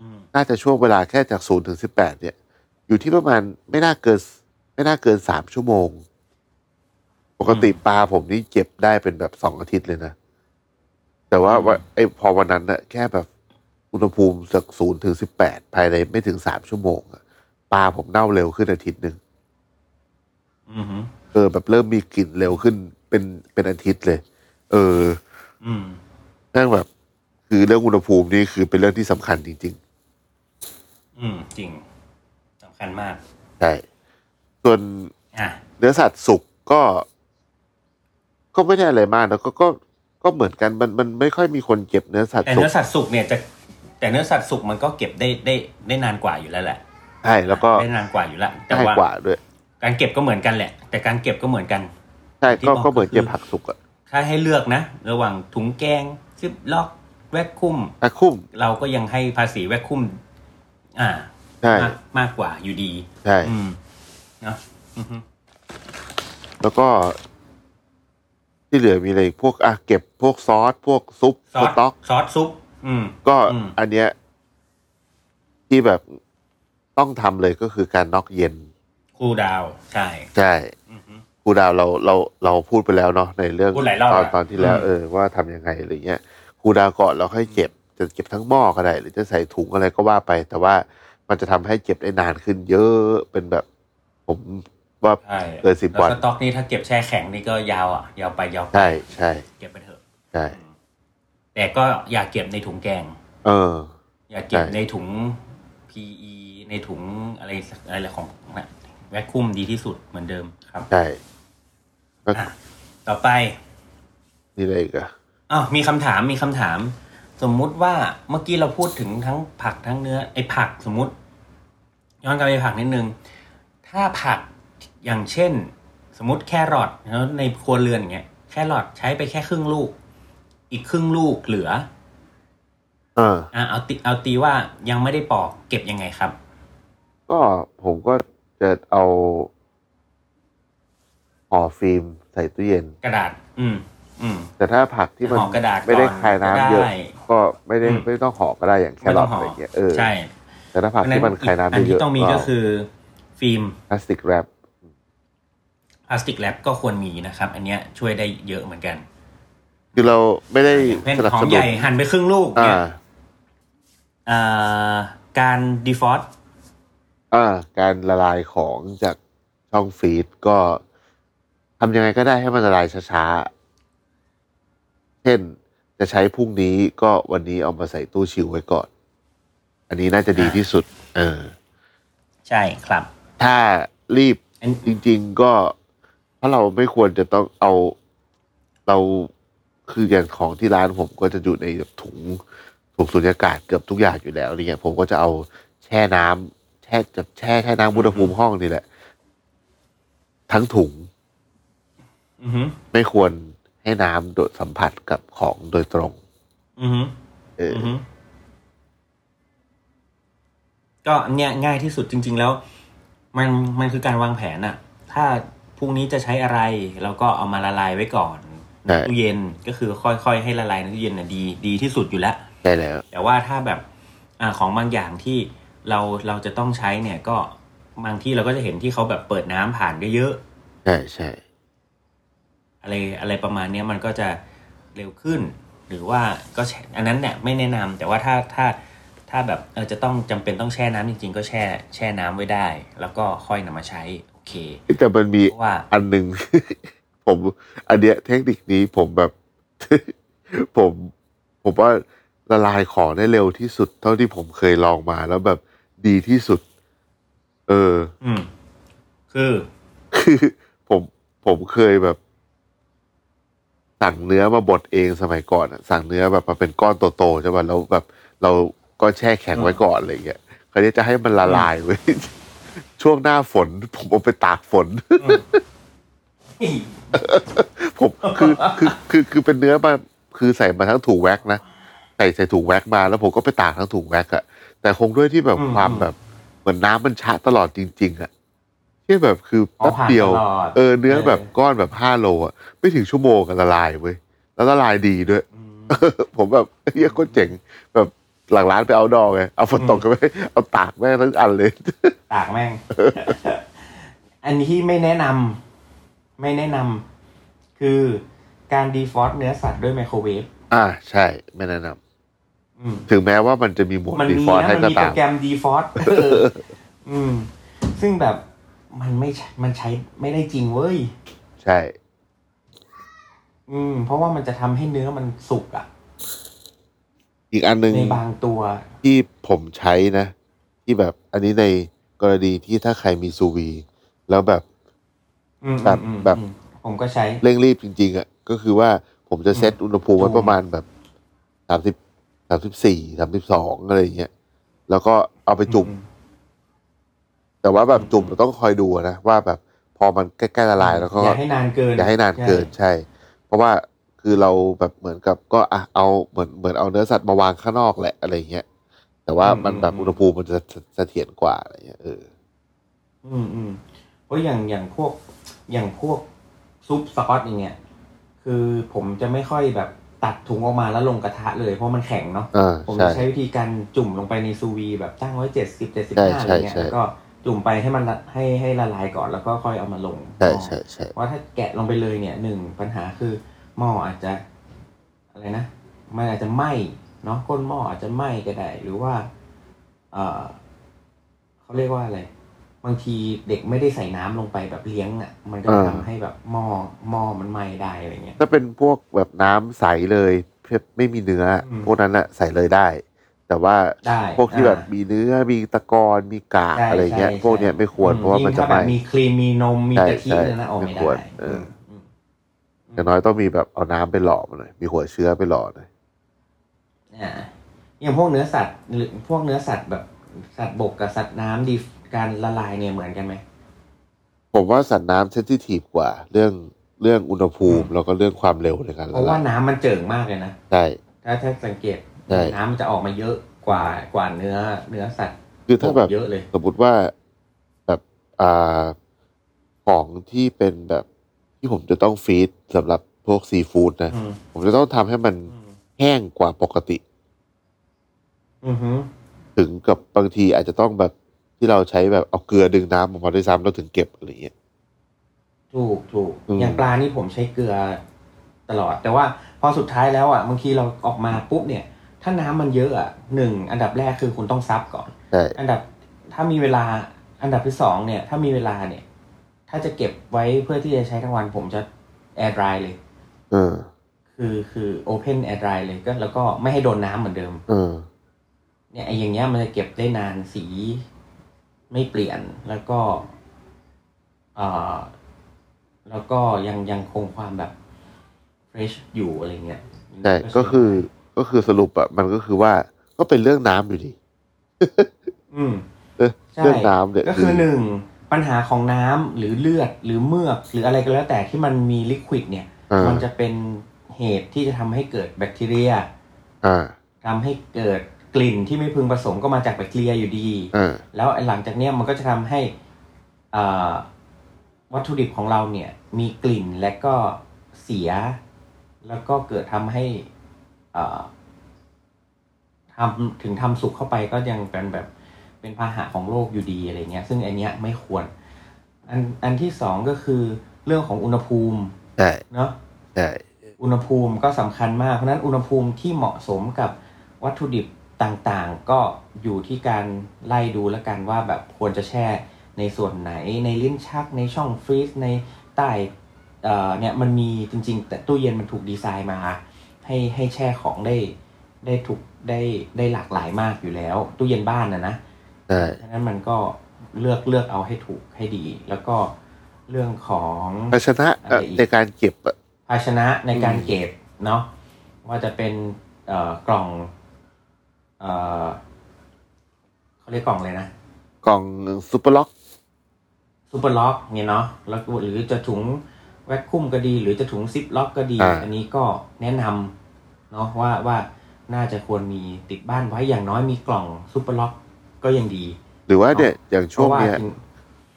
Speaker 5: อืม
Speaker 4: น่าจะช่วงเวลาแค่จากศูนย์ถึงสิบแปดเนี่ย อยู่ที่ประมาณไม่น่าเกิน ไม่น่าเกินสามชั่วโมง ปกติปลาผมนี่เก็บได้เป็นแบบสองอาทิตย์เลยนะ แต่ว่าว่าไอ้พอวันนั้นอะแค่แบบอุณหภูมิจากศูนย์ถึงสิบแปดภายในไม่ถึงสามชั่วโมงอะ ปลาผมเน่าเร็วขึ้นอาทิตย์หนึ่ง
Speaker 5: อืม
Speaker 4: เออแบบเริ่มมีกลิ่นเร็วขึ้นเป็นเป็นอาทิตย์เลย เออ
Speaker 5: อืม
Speaker 4: นั่งแบบ คือเรื่องอุณหภูมินี่คือเป็นเรื่องที่สำคัญจริง
Speaker 5: อืมจริงสำคัญมาก
Speaker 4: ๆ ใช่ ส่วน
Speaker 5: อ่ะ
Speaker 4: เนื้อสัตว์สุกก็ ก็ไม่ได้อะไรมากแล้วก็ก็ก็เหมือนกันมันมันไม่ค่อยมีคนเก็บเนื้อสัตว์
Speaker 5: แต่
Speaker 4: สุก
Speaker 5: เนื้อสัตว์สุกเนี่ยจะ แต่เนื้อสัตว์สุกมันก็เก็บได้ได้ได้นานกว่าอยู่แล้วแหละ
Speaker 4: ใช่แล้วก็
Speaker 5: ได้นานกว่าอยู่แล้วแต่
Speaker 4: ง่าย
Speaker 5: ว่าก
Speaker 4: ว่าด้วย
Speaker 5: การเก็บก็เหมือนกันแหละ แต่การเก็บก็เหมือนกัน
Speaker 4: ใช่
Speaker 5: ที่
Speaker 4: ก็
Speaker 5: บอก
Speaker 4: ก็เหมือน
Speaker 5: ก็คือ
Speaker 4: เก็บผักสุกอะ
Speaker 5: ถ้าให้เลือกนะ ระหว่างถุงแกงซิปล็อก แวกคุ้ม
Speaker 4: ตะคุ่ม
Speaker 5: เราก็ยังให้ภาษีแวกคุ้ม อ่า
Speaker 4: ใช่
Speaker 5: มากมากกว่าอยู่ดี
Speaker 4: ใช่
Speaker 5: อืมเนอะอือฮึ
Speaker 4: แล้วก็ที่เหลือมีอะไรอีกพวกอ่ะเก็บพวกซอส พวกซุป
Speaker 5: ซ
Speaker 4: พ
Speaker 5: อ
Speaker 4: วก
Speaker 5: ส
Speaker 4: ต๊อก
Speaker 5: ซอสซุป อืม
Speaker 4: ก็
Speaker 5: อืม
Speaker 4: อันเนี้ยที่แบบต้องทำเลยก็คือการน็อกเย็น
Speaker 5: คูลดาวน์ใช่
Speaker 4: ใช่
Speaker 5: อือฮึ
Speaker 4: ครูดาวเราเราเราพูดไปแล้วเนาะในเรื่อง
Speaker 5: พูดหลายรอบ
Speaker 4: ตอน
Speaker 5: แล้ว
Speaker 4: ตอนที่แล้ว
Speaker 5: อืม
Speaker 4: เออว่าทำยังไงอะไรเงี้ยครูดาวก่อนเราค่อยเก็บจะเก็บทั้งหม้อก็ได้หรือจะใส่ถุงอะไรก็ว่าไป แต่ว่ามันจะทำให้เก็บได้นานขึ้น เยอะเป็นแบบ ผมว่า
Speaker 5: ใช่
Speaker 4: เกินสิบ
Speaker 5: แล้ว
Speaker 4: วัน
Speaker 5: สต็อกนี่ถ้าเก็บแช่แข็งนี่ก็ยาวอ่ะ ยาวไปยาวไป
Speaker 4: ใช่ใช่
Speaker 5: เก็บไปเถอะ
Speaker 4: ใช่
Speaker 5: แต่ก็อย่าเก็บในถุงแกง
Speaker 4: เออ
Speaker 5: อย่าเก็บ
Speaker 4: ใช่
Speaker 5: ในถุง PE ในถุงอะไรสักอะไรของนะแวคคุมดีที่สุดเหมือนเดิมครับ
Speaker 4: ใช่ก็
Speaker 5: อ่ะ ต่อไป
Speaker 4: นี่อะไรอีกอะ
Speaker 5: อ้าวมีคำถามมีคำถาม สมมุติว่าเมื่อกี้เราพูดถึงทั้งผักทั้งเนื้อไอ้ผักสมมุติ ย้อนกลับไปผักนิดนึง ถ้าผักอย่างเช่น สมมติแครอทแล้วในครัวเรือนอย่างเงี้ยแครอทใช้ไปแค่ครึ่งลูก อีกครึ่งลูกเหลือ
Speaker 4: เออ
Speaker 5: อ่ะเอาตีเอาตีว่ายังไม่ได้ปอกเก็บยังไงครับ
Speaker 4: ก็ผมก็จะเอาห่อฟิล์มใส่ตู้เย็น
Speaker 5: กระดาษ อืม อืม
Speaker 4: แต่ถ้าผักที่มัน
Speaker 5: ห่อกระดาษก่อน
Speaker 4: ไม่ได้คายน้ำเยอะ
Speaker 5: ก็ได้
Speaker 4: ก็ไม่ได้
Speaker 5: อืม
Speaker 4: ไม่ต้องห่อก็ได้อย่างแค
Speaker 5: ไม่
Speaker 4: ร
Speaker 5: ต้
Speaker 4: อ
Speaker 5: อง
Speaker 4: ท
Speaker 5: ห่
Speaker 4: อะไรเงี้ยเออ
Speaker 5: ใช่
Speaker 4: แต่ถ้าผักที่มันคายน้ำ
Speaker 5: อัน
Speaker 4: เย
Speaker 5: ที่
Speaker 4: อะ
Speaker 5: ต้องมีก็คือ ฟิล์ม
Speaker 4: พลาสติกแรป
Speaker 5: พลาสติกแรปก็ควรมีนะครับ อันเนี้ยช่วยได้เยอะเหมือนกัน
Speaker 4: คือเราไม่ได้
Speaker 5: เป็น
Speaker 4: สนับ
Speaker 5: หอ
Speaker 4: ส
Speaker 5: ม
Speaker 4: นุ
Speaker 5: ให
Speaker 4: น
Speaker 5: ญ่หั่นไปครึ่งลูก
Speaker 4: อ่า
Speaker 5: เนี่ยอ่าการดีฟอ u l
Speaker 4: อ่าการละลายของจากช่องฟีดก็ทำยังไงก็ได้ให้มันละลายช้าๆ เช่นจะใช้พรุ่งนี้ก็วันนี้เอามาใส่ตู้ชิลไว้ก่อน อันนี้น่าจะดีที่สุด เออ
Speaker 5: ใช่ครับ
Speaker 4: ถ้ารีบ
Speaker 5: อัน
Speaker 4: จริง ๆ ก็เพราะเราไม่ควรจะต้องเอาเราคืออย่างของที่ร้านผมก็จะอยู่ในแบบถุงถุงสุญญากาศเกือบทุกอย่างอยู่แล้วอะไรเงี้ยผมก็จะเอาแช่น้ำแช่จะแช่แช่น้ำอุณหภูมิห้องนี่แหละ ทั้งถุง
Speaker 5: อือหือ
Speaker 4: ไม่ควรให้น้ำโดดสัมผัสกับของโดยตรง
Speaker 5: อือหือ
Speaker 4: เออ
Speaker 5: อือ
Speaker 4: อ
Speaker 5: หือก็อันเนี้ยง่ายที่สุดจริง ๆ แล้ว มันมันคือการวางแผนอะถ้าพรุ่งนี้จะใช้อะไรเราก็เอามาละลายไว้ก่อนในตู้เย็นก็คือค่อยๆให้ละลายในตู้เย็นน่ะดีดีที่สุดอยู่แล้ว
Speaker 4: ใช่แล้ว
Speaker 5: แต่ว่าถ้าแบบอาของบางอย่างที่เราเราจะต้องใช้เนี่ยก็บางที่เราก็จะเห็นที่เขาแบบเปิดน้ำผ่านเยอะ
Speaker 4: ใช่ใช่
Speaker 5: ๆอะไรอะไรประมาณเนี้ยมันก็จะเร็วขึ้น หรือว่าก็แช่อันนั้นเนี่ยไม่แนะนำแต่ว่าถ้าถ้าถ้าแบบเออจะต้องจำเป็นต้องแช่น้ำจริง ๆ ก็แช่แช่น้ำไว้ได้ แล้วก็ค่อยนำมาใช้โอเค
Speaker 4: แต่มันมี
Speaker 5: เพราะว่า
Speaker 4: อันหนึ่ง ผมอันเนี้ยเทคนิคนี้ผมแบบ ผมผมว่าละลายของได้เร็วที่สุด เท่าที่ผมเคยลองมาแล้วแบบดีที่สุด เออ
Speaker 5: อืม คือ
Speaker 4: คือผมผมเคยแบบ สั่งเนื้อมาบดเองสมัยก่อนอะสั่งเนื้อแบบมาเป็นก้อนโตๆใช่ป่ะแล้วแบบ เราก็แช่แข็งไว้ก่อนอะไรอย่างเงี้ยคราวนี้จะให้มันละลาย ไว้ ช่วงหน้าฝน ผมเอาไปตากฝน ผมคือคือคือคือเป็นเนื้อมาคือใส่มาทั้งถุงแว็กนะใส่ใส่ถุงแว็กมาแล้วผมก็ไปตากทั้งถุงแว็กอะ แต่คงด้วยที่แบบ
Speaker 5: อืม
Speaker 4: ความ
Speaker 5: อืม
Speaker 4: แบบเหมือนน้ำมันชะตลอดจริง ๆ อ่ะที่แบบคือ
Speaker 5: อ๋อ
Speaker 4: แป๊บเดียว
Speaker 5: ผ่านตลอด
Speaker 4: เออเนื้อ
Speaker 5: เออ
Speaker 4: แบบก้อนแบบห้าโลอ่ะไม่ถึงชั่วโมงก็ละลายเว้ยแล้วละลายดีด้วย ผมแบบเฮียโคตรเจ๋งแบบหลังร้านไปเอาดองไงเอาฝนตกก็ไม่เอาตากแม่งทั้งอันเลย
Speaker 5: ตากแม่ง อันนี้ไม่แนะนำไม่แนะนำคือการดีฟรอสต์เนื้อสัตว์ด้วยไมโครเวฟ
Speaker 4: อ่าใช่ ไม่แนะนำ
Speaker 5: อืม
Speaker 4: ถึงแม้ว่ามันจะมีหมวด
Speaker 5: มัน
Speaker 4: ดี
Speaker 5: มี
Speaker 4: ฟอร์
Speaker 5: นะ
Speaker 4: ให้
Speaker 5: มัน
Speaker 4: ก็
Speaker 5: มีโป
Speaker 4: ตาร ม
Speaker 5: แกรม default อืม ซึ่งแบบมันไม่ใช่มันใช้ไม่ได้จริงเว้ย
Speaker 4: ใช่
Speaker 5: อืม เพราะว่ามันจะทำให้เนื้อมันสุกอะ
Speaker 4: อีกอันหนึ่ง
Speaker 5: ในบางตัว
Speaker 4: ที่ผมใช้นะ ที่แบบอันนี้ในกรณีที่ถ้าใครมีซูวี แล้วแบบ
Speaker 5: อืม
Speaker 4: แบบ
Speaker 5: อืม
Speaker 4: แบบ
Speaker 5: อืมผมก็ใช้
Speaker 4: เร่งรีบจริง ๆอะ่ะก็คือว่าผมจะเซตอุณหภูมิไว้ประมาณแบบสามสิบสามสิบสี่สามสิบสองอะไรอย่างเงี้ยแล้วก็เอาไปจุ่ม แต่ว่าแบบจุ่มเราต้องคอยดูนะ ว่าแบบพอมันใกล้ๆละลายแล้วก็
Speaker 5: อย่าให้นานเกิน
Speaker 4: อย่าให้นานเกินใช่ เพราะว่าคือเราแบบเหมือนกับก็อ่ะเอาเหมือนเหมือนเอาเนื้อสัตว์มาวางข้างนอกแหละอะไรเงี้ยแต่ว่ามันแบบอุณหภูมิมันจะเสถียรกว่าอะไรเงี้ยเออ
Speaker 5: อืมอืมเพราะอย่างอย่างพวกอย่างพวกซุปซอสอย่างเงี้ยคือผมจะไม่ค่อยแบบตัดถุงออกมาแล้วลงกระทะเลยเพราะมันแข็งเนาะ
Speaker 4: อ่า
Speaker 5: ผม
Speaker 4: ใช่
Speaker 5: จะใช้วิธีการจุ่มลงไปในซูวีแบบตั้งไว้เจ็ดสิบเจ็ดสิบห้าอะ
Speaker 4: ใช่
Speaker 5: ไรเงี้ย
Speaker 4: ใช่
Speaker 5: แล้วก็จุ่มไปให้มันละให้ให้ละลายก่อนแล้วก็ค่อยเอามาลง
Speaker 4: ใช่ใช่ใช่
Speaker 5: เพราะถ้าแกะลงไปเลยเนี่ยหนึ่งปัญหาคือหม้ออาจจะอะไรนะมันอาจจะไหม้เนาะก้นหม้ออาจจะไหม้ก็ได้ หรือว่า เออเขาเรียกว่าอะไร บางทีเด็กไม่ได้ใส่น้ำลงไปแบบเลี้ยงอ่ะ มันก็จะทำให้แบบหม้อหม้อมันไหม้ได้อะไรเงี้ย
Speaker 4: ถ้าเป็นพวกแบบน้ำใสเลยไม่มีเนื้ออ
Speaker 5: ม
Speaker 4: พวกนั้นอะใส่เลยได้ แต่ว่า
Speaker 5: ได้
Speaker 4: พวกที่แบบ
Speaker 5: อ่ามี
Speaker 4: มีเนื้อมีตะกอนมีกาก
Speaker 5: ใช่
Speaker 4: อะไรเงี้ย
Speaker 5: ใช่
Speaker 4: พวกเนี้ยไม่ควร
Speaker 5: อืม
Speaker 4: เพราะว่ามันจะ
Speaker 5: ยิ่ง
Speaker 4: ไห
Speaker 5: ถ้า
Speaker 4: ม้
Speaker 5: แบบมีครีมมีนมมีกะทิ
Speaker 4: ใช่ใช่
Speaker 5: เลยนะเอาไม่
Speaker 4: ไม่
Speaker 5: ได้
Speaker 4: ควรเออ
Speaker 5: มม
Speaker 4: อย่างน้อยต้องมีแบบเอาน้ำไปหล่อมันหน่อยมีหัวเชื้อไปหล่อหน่อย
Speaker 5: อ่าอย่างพวกเนื้อสัตว์หรือพวกเนื้อสัตว์แบบสัตว์บกกับสัตว์น้ำดีการละลายเนี่ยเหมือนกันไหม
Speaker 4: ผมว่าสัตว์น้ำเซนซิทีฟกว่า เรื่องเรื่องอุณหภูมิ แล้วก็เรื่องความเร็วในการ
Speaker 5: เพ
Speaker 4: ละ
Speaker 5: ราะว่า
Speaker 4: ลาย
Speaker 5: น้ำมันเจิ่งมากเลยนะ
Speaker 4: ใช่
Speaker 5: ถ้าถ้าสังเกต
Speaker 4: ใช่
Speaker 5: น้ำมันจะออกมาเยอะกว่ากว่าเนื้อเนื้อสัตว์
Speaker 4: คือถ้าแบบ
Speaker 5: เยอะเลย
Speaker 4: สมมติว่าแบบอ่าของที่เป็นแบบที่ผมจะต้องฟีดสำหรับพวกซีฟู้ดนะ
Speaker 5: อืม
Speaker 4: ผมจะต้องทำให้มันแห้งกว่าปกติ
Speaker 5: อือหือ
Speaker 4: ถึงกับบางทีอาจจะต้องแบบที่เราใช้แบบเอาเกลือดึงน้ำออกมาด้วยซ้ำแล้วถึงเก็บอะไรอย่างเงี้ย
Speaker 5: ถูกถูก
Speaker 4: อืม
Speaker 5: อย่างปลานี่ผมใช้เกลือตลอด แต่ว่าพอสุดท้ายแล้วอ่ะบางทีเราออกมาปุ๊บเนี่ย ถ้าน้ำมันเยอะอ่ะหนึ่งอันดับแรกคือคุณต้องซับก่อน
Speaker 4: ใช่
Speaker 5: อันดับถ้ามีเวลาอันดับที่สองเนี่ย ถ้ามีเวลาเนี่ย ถ้าจะเก็บไว้เพื่อที่จะใช้ทั้งวันผมจะแอร์ดรายเลย
Speaker 4: เออ
Speaker 5: คือคือโอเพนแอร์ดรายเลยก็แล้วก็ไม่ให้โดนน้ำเหมือนเดิม
Speaker 4: เออ
Speaker 5: เนี่ยไอ้อย่างเงี้ยมันจะเก็บได้นานสีไม่เปลี่ยนแล้วก็เอ่อแล้วก็ยังยังคงความแบบเฟรชอยู่อะไรเงี้ย
Speaker 4: ใช่ก็คือก็คือสรุปอะมันก็คือว่าก็เป็นเรื่องน้ำอยู่ดี
Speaker 5: อืม
Speaker 4: เออ
Speaker 5: ใช่
Speaker 4: เรื่องน้ำเนี่ย
Speaker 5: ก็คือหนึ่งปัญหาของน้ำหรือเลือดหรือเมือก หรืออะไรก็แล้วแต่ที่มันมีลิควิดเนี่ย
Speaker 4: อ่า
Speaker 5: มันจะเป็นเหตุที่จะทำให้เกิดแบคทีเรีย
Speaker 4: อ่า
Speaker 5: ทำให้เกิดกลิ่นที่ไม่พึงประสงค์ก็มาจากแบคทีเรียอยู่ดี
Speaker 4: อ่า
Speaker 5: แล้วไอ้หลังจากเนี้ยมันก็จะทำให้อ่าวัตถุดิบของเราเนี่ย มีกลิ่นและก็เสีย แล้วก็เกิดทำให้อ่าทำถึงทำสุกเข้าไปก็ยังเป็นแบบเป็นพาหะของโรคอยู่ดีอะไรเงี้ย ซึ่งอันเนี้ยไม่ควร อันอันที่สองก็คือเรื่องของอุณหภูมิ
Speaker 4: ใช่
Speaker 5: เนาะ
Speaker 4: ใช่
Speaker 5: อุณหภูมิก็สำคัญมาก เพราะฉะนั้นอุณหภูมิที่เหมาะสมกับวัตถุดิบต่างๆ ก็อยู่ที่การไล่ดูแล้วกันว่าแบบควรจะแช่ในส่วนไหนในลิ้นชักในช่องฟรีซในใต้เอ่อเนี่ยมันมีจริงๆ แต่ตู้เย็นมันถูกดีไซน์มา ให้ให้แช่ของได้ได้ถูกได้ได้หลากหลายมากอยู่แล้ว ตู้เย็นบ้านนะนะ
Speaker 4: ใช่
Speaker 5: ฉะนั้นมันก็เลือกเลือกเอาให้ถูกให้ดี แล้วก็เรื่องของ
Speaker 4: ภาชนะเอ่อในการเก็บอะ
Speaker 5: ภาชนะในการเก็บเนาะว่าจะเป็นเอ่อกล่องเอ่อเขาเรียกกล่องเลยนะ
Speaker 4: กล่องซูเปอร์ล็อก
Speaker 5: ซูเปอร์ล็อกเนี่ยเนาะแล้วหรือจะถุงแวคคุมก็ดี หรือจะถุงซิปล็อกก็ดี
Speaker 4: อ่า
Speaker 5: อันนี้ก็แนะนำเนาะว่าว่า น่าจะควรมีติดบ้านไว้อย่างน้อยมีกล่องซุปเปอร์ล็อกก็ยังดี
Speaker 4: หรือว่าเนี่ยอย่างช่วงเนี้
Speaker 5: พ
Speaker 4: ย
Speaker 5: ราะาจริง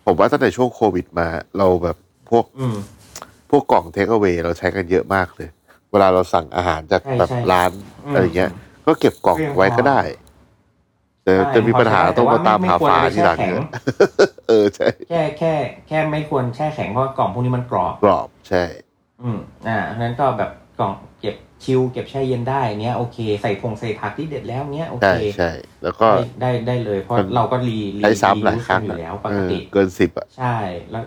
Speaker 4: ผมว่าตั้งแต่ช่วงโควิดมาเราแบบพวก
Speaker 5: อืม
Speaker 4: พวกกล่องเทคเอา a y เราใช้กันเยอะมากเลย เวลาเราสั่งอาหารจาก
Speaker 5: ใช่
Speaker 4: แบบ
Speaker 5: ใช่
Speaker 4: ร้าน
Speaker 5: อืม
Speaker 4: อะไรเงี้ย ก็เก็บกล่อง
Speaker 5: ก็ยัง
Speaker 4: ไว้
Speaker 5: พอ
Speaker 4: ก็ได้ แต่
Speaker 5: ใช่
Speaker 4: จะมีปัญหา
Speaker 5: พใช้
Speaker 4: ต้องมา
Speaker 5: แว่
Speaker 4: ตามหา
Speaker 5: ไควร
Speaker 4: ฝา
Speaker 5: ไป
Speaker 4: ที่หลัง
Speaker 5: แช่แข็
Speaker 4: เยอะเออใช่
Speaker 5: แค่แค่แค่ไม่ควรแช่แข็งเพราะว่ากล่องพวกนี้มันกรอบ
Speaker 4: กรอบใช่
Speaker 5: อืม อ่าเพราะฉะนั้นก็แบบกล่องเก็บชิลเก็บแช่เย็นได้เนี้ยโอเค ใส่ผงใส่ผักที่เด็ดแล้วเนี้ยโอเค
Speaker 4: ใช่ใช่แล้วก็
Speaker 5: ได้ได้ได้เลย เพราะ
Speaker 4: มัน
Speaker 5: เราก็รีรี
Speaker 4: ใช้ซ้ำหลาย
Speaker 5: รี
Speaker 4: ครั้ง
Speaker 5: อยู่
Speaker 4: อะ
Speaker 5: แล้วป
Speaker 4: เอก อ
Speaker 5: ติ
Speaker 4: เกินสิบอ่ะ
Speaker 5: ใช่แล้ว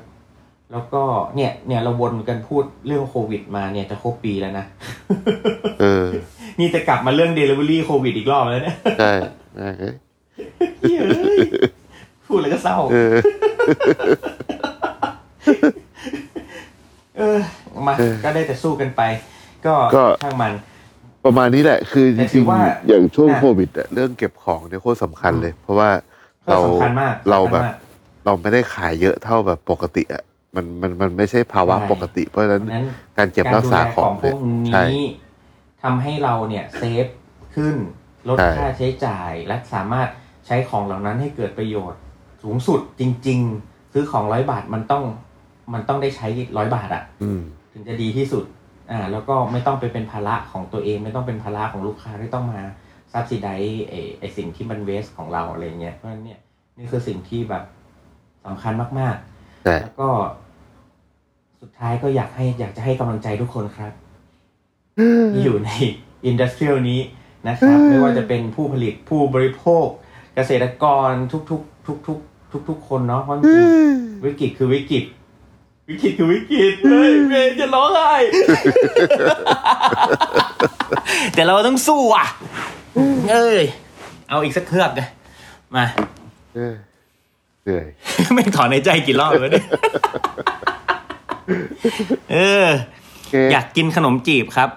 Speaker 5: แล้วก็เนี่ย เนี่ยเราวนกันพูดเรื่องโควิดมาเนี่ยจะครบปีแล้วนะ
Speaker 4: เออ
Speaker 5: นี่จะกลับมาเรื่อง Delivery โควิดอีกรอบแล้วเนี่ย
Speaker 4: ใช่ใช่เอ้ย
Speaker 5: เหี้ยเอ้ยพูดแล้วก็เศร้า
Speaker 4: เออ
Speaker 5: เออมา
Speaker 4: เออ
Speaker 5: ก็ได้แต่สู้กันไป ก็
Speaker 4: ก็
Speaker 5: ช่างมัน
Speaker 4: ประมาณนี้แหละ คือจ
Speaker 5: แต่ถื
Speaker 4: ริ
Speaker 5: อง ว่า
Speaker 4: ๆอย่างช่วง
Speaker 5: น่ะ
Speaker 4: โควิดอะเรื่องเก็บของเนี่ยโคตรสำคัญเลย เพราะว่า
Speaker 5: ก็
Speaker 4: เรา
Speaker 5: สำคัญมาก
Speaker 4: เราแบบ
Speaker 5: สำคัญมก
Speaker 4: เราไม่ได้ขายเยอะเท่าแบบปกติอ่ะ มันมันมันไม่ใช่ภาวะ
Speaker 5: ใช่
Speaker 4: ปกติ เพราะฉะนั้น
Speaker 5: เพราะฉะนั้น
Speaker 4: การเก็บรักษาของ
Speaker 5: กรดูแลข
Speaker 4: เนี่
Speaker 5: อย งพวก
Speaker 4: ใช่
Speaker 5: นี้ทำให้เราเนี่ยเซฟขึ้นลด
Speaker 4: ใช่
Speaker 5: ค่าใช้จ่ายและสามารถใช้ของเหล่านั้นให้เกิดประโยชน์ สูงสุดจริง ๆ ซื้อของร้อยบาทมันต้องมันต้องได้ใช้ร้อยบาทอะ
Speaker 4: อืม
Speaker 5: ถึงจะดีที่สุดอ่าแล้วก็ไม่ต้องไปเป็นภาระของตัวเอง ไม่ต้องเป็นภาระของลูกค้าที่ต้องมาซับซิไดไอไอสิ่งที่มันเวสของเราอะไรเงี้ยเพราะฉะนั้นเนี่ยนี่คือสิ่งที่แบบสำคัญมากๆ
Speaker 4: ใช่
Speaker 5: แล้วก็สุดท้ายก็อยากให้อยากจะให้กำลังใจทุกคน ครับ ที่อยู่ในอินดัสเทรียลนี้นะครับ ไม่ว่าจะเป็นผู้ผลิตผู้บริโภค เกษตรกรทุกๆทุกๆทุกๆทุกๆคนเนาะเพราะจริงๆวิกฤตคือวิกฤต วิกฤตคือวิกฤตเฮ้ยเมย์จะร้องไห้
Speaker 6: แต่เราต้องสู้อ่ะ เอ้ย เอาอีกสักเครือกนะมา
Speaker 4: เออเหนื่อย
Speaker 6: ไม่งถอนในใจกี่รอบแล้วะเนี่ยเออ
Speaker 4: โอเค
Speaker 6: อยากกินขนมจีบครับ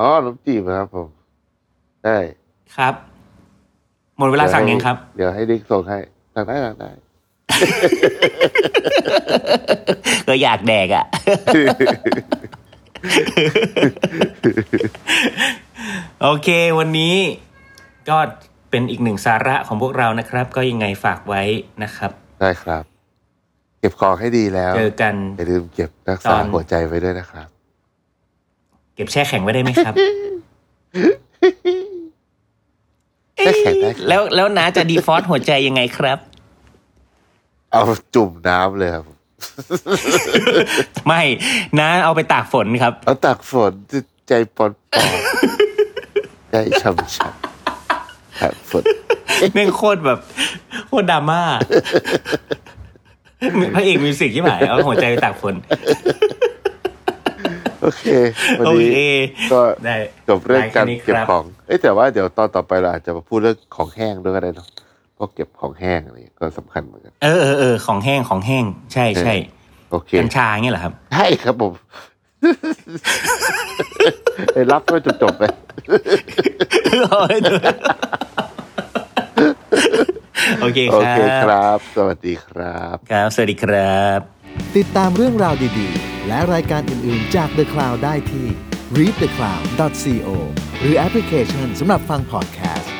Speaker 4: อ๋อขนมจีบนะครับผม ใช่
Speaker 6: ครับ หมดเวลาสั่งยังครับ
Speaker 4: เดี๋ยวให้เด็กส่งให้สั่งได้สั่งได้
Speaker 6: ก็อยากแดกอ่ะ โอเค วันนี้ก็เป็นอีกหนึ่งสาระของพวกเรานะครับ ก็ยังไงฝากไว้นะครับ
Speaker 4: ได้ครับ เก็บของให้ดีแล้ว
Speaker 6: เจอกัน
Speaker 4: อย่าลืมเก็บรักษา
Speaker 6: ตอน
Speaker 4: หัวใจไว้ด้วยนะครับ
Speaker 6: เก็บแช่แข็งไว้ได้ไหมครับ
Speaker 4: แช่แข็งได้ครับ
Speaker 6: แล้วแล้วน้าจะดีฟอสต์หัวใจยังไงครับ
Speaker 4: เอาจุ่มน้ำเลยครับ
Speaker 6: ไม่น้าเอาไปตากฝนครับ
Speaker 4: เอาตักฝนใจปอนป อนใจช่ำช่ำตักฝน
Speaker 6: แม่งโคตรแบบโคตรดราม่าพระเอกมิวสิกที่หมายเอาหัวใจไปตากฝน
Speaker 4: โอเค วัน
Speaker 6: โอ
Speaker 4: นี้
Speaker 6: เค
Speaker 4: ก็
Speaker 6: ได้
Speaker 4: จบเรื่องการ
Speaker 6: ได้แค่นี้
Speaker 4: เก็บ
Speaker 6: ครับ
Speaker 4: ของ เอ้ยแต่ว่าเดี๋ยวตอนต่อไปเราอาจจะมาพูดเรื่องของแห้งด้วยก็ได้เนอะเพราะเก็บของแห้งอะไรอย่างเงี้ยก็สำคัญเหมือนกัน
Speaker 6: เออเออเออของแห้งของแห้ง ใช่ใช่
Speaker 4: โอเค
Speaker 6: กัญชาเงี้ยเหรอครับ
Speaker 4: ใช่ครับ ผมไอ้ยรับก็จบจบๆไป
Speaker 6: โอเค ค
Speaker 4: โอ
Speaker 6: รั
Speaker 4: เคค
Speaker 6: บ
Speaker 4: รับ สวัสดีครับ
Speaker 6: ครับ สวัสดีครับ
Speaker 1: ติดตามเรื่องราวดีๆ และรายการอื่นๆจาก The Cloud ได้ที่ readthecloud.co หรือแอปพลิเคชันสำหรับฟัง podcast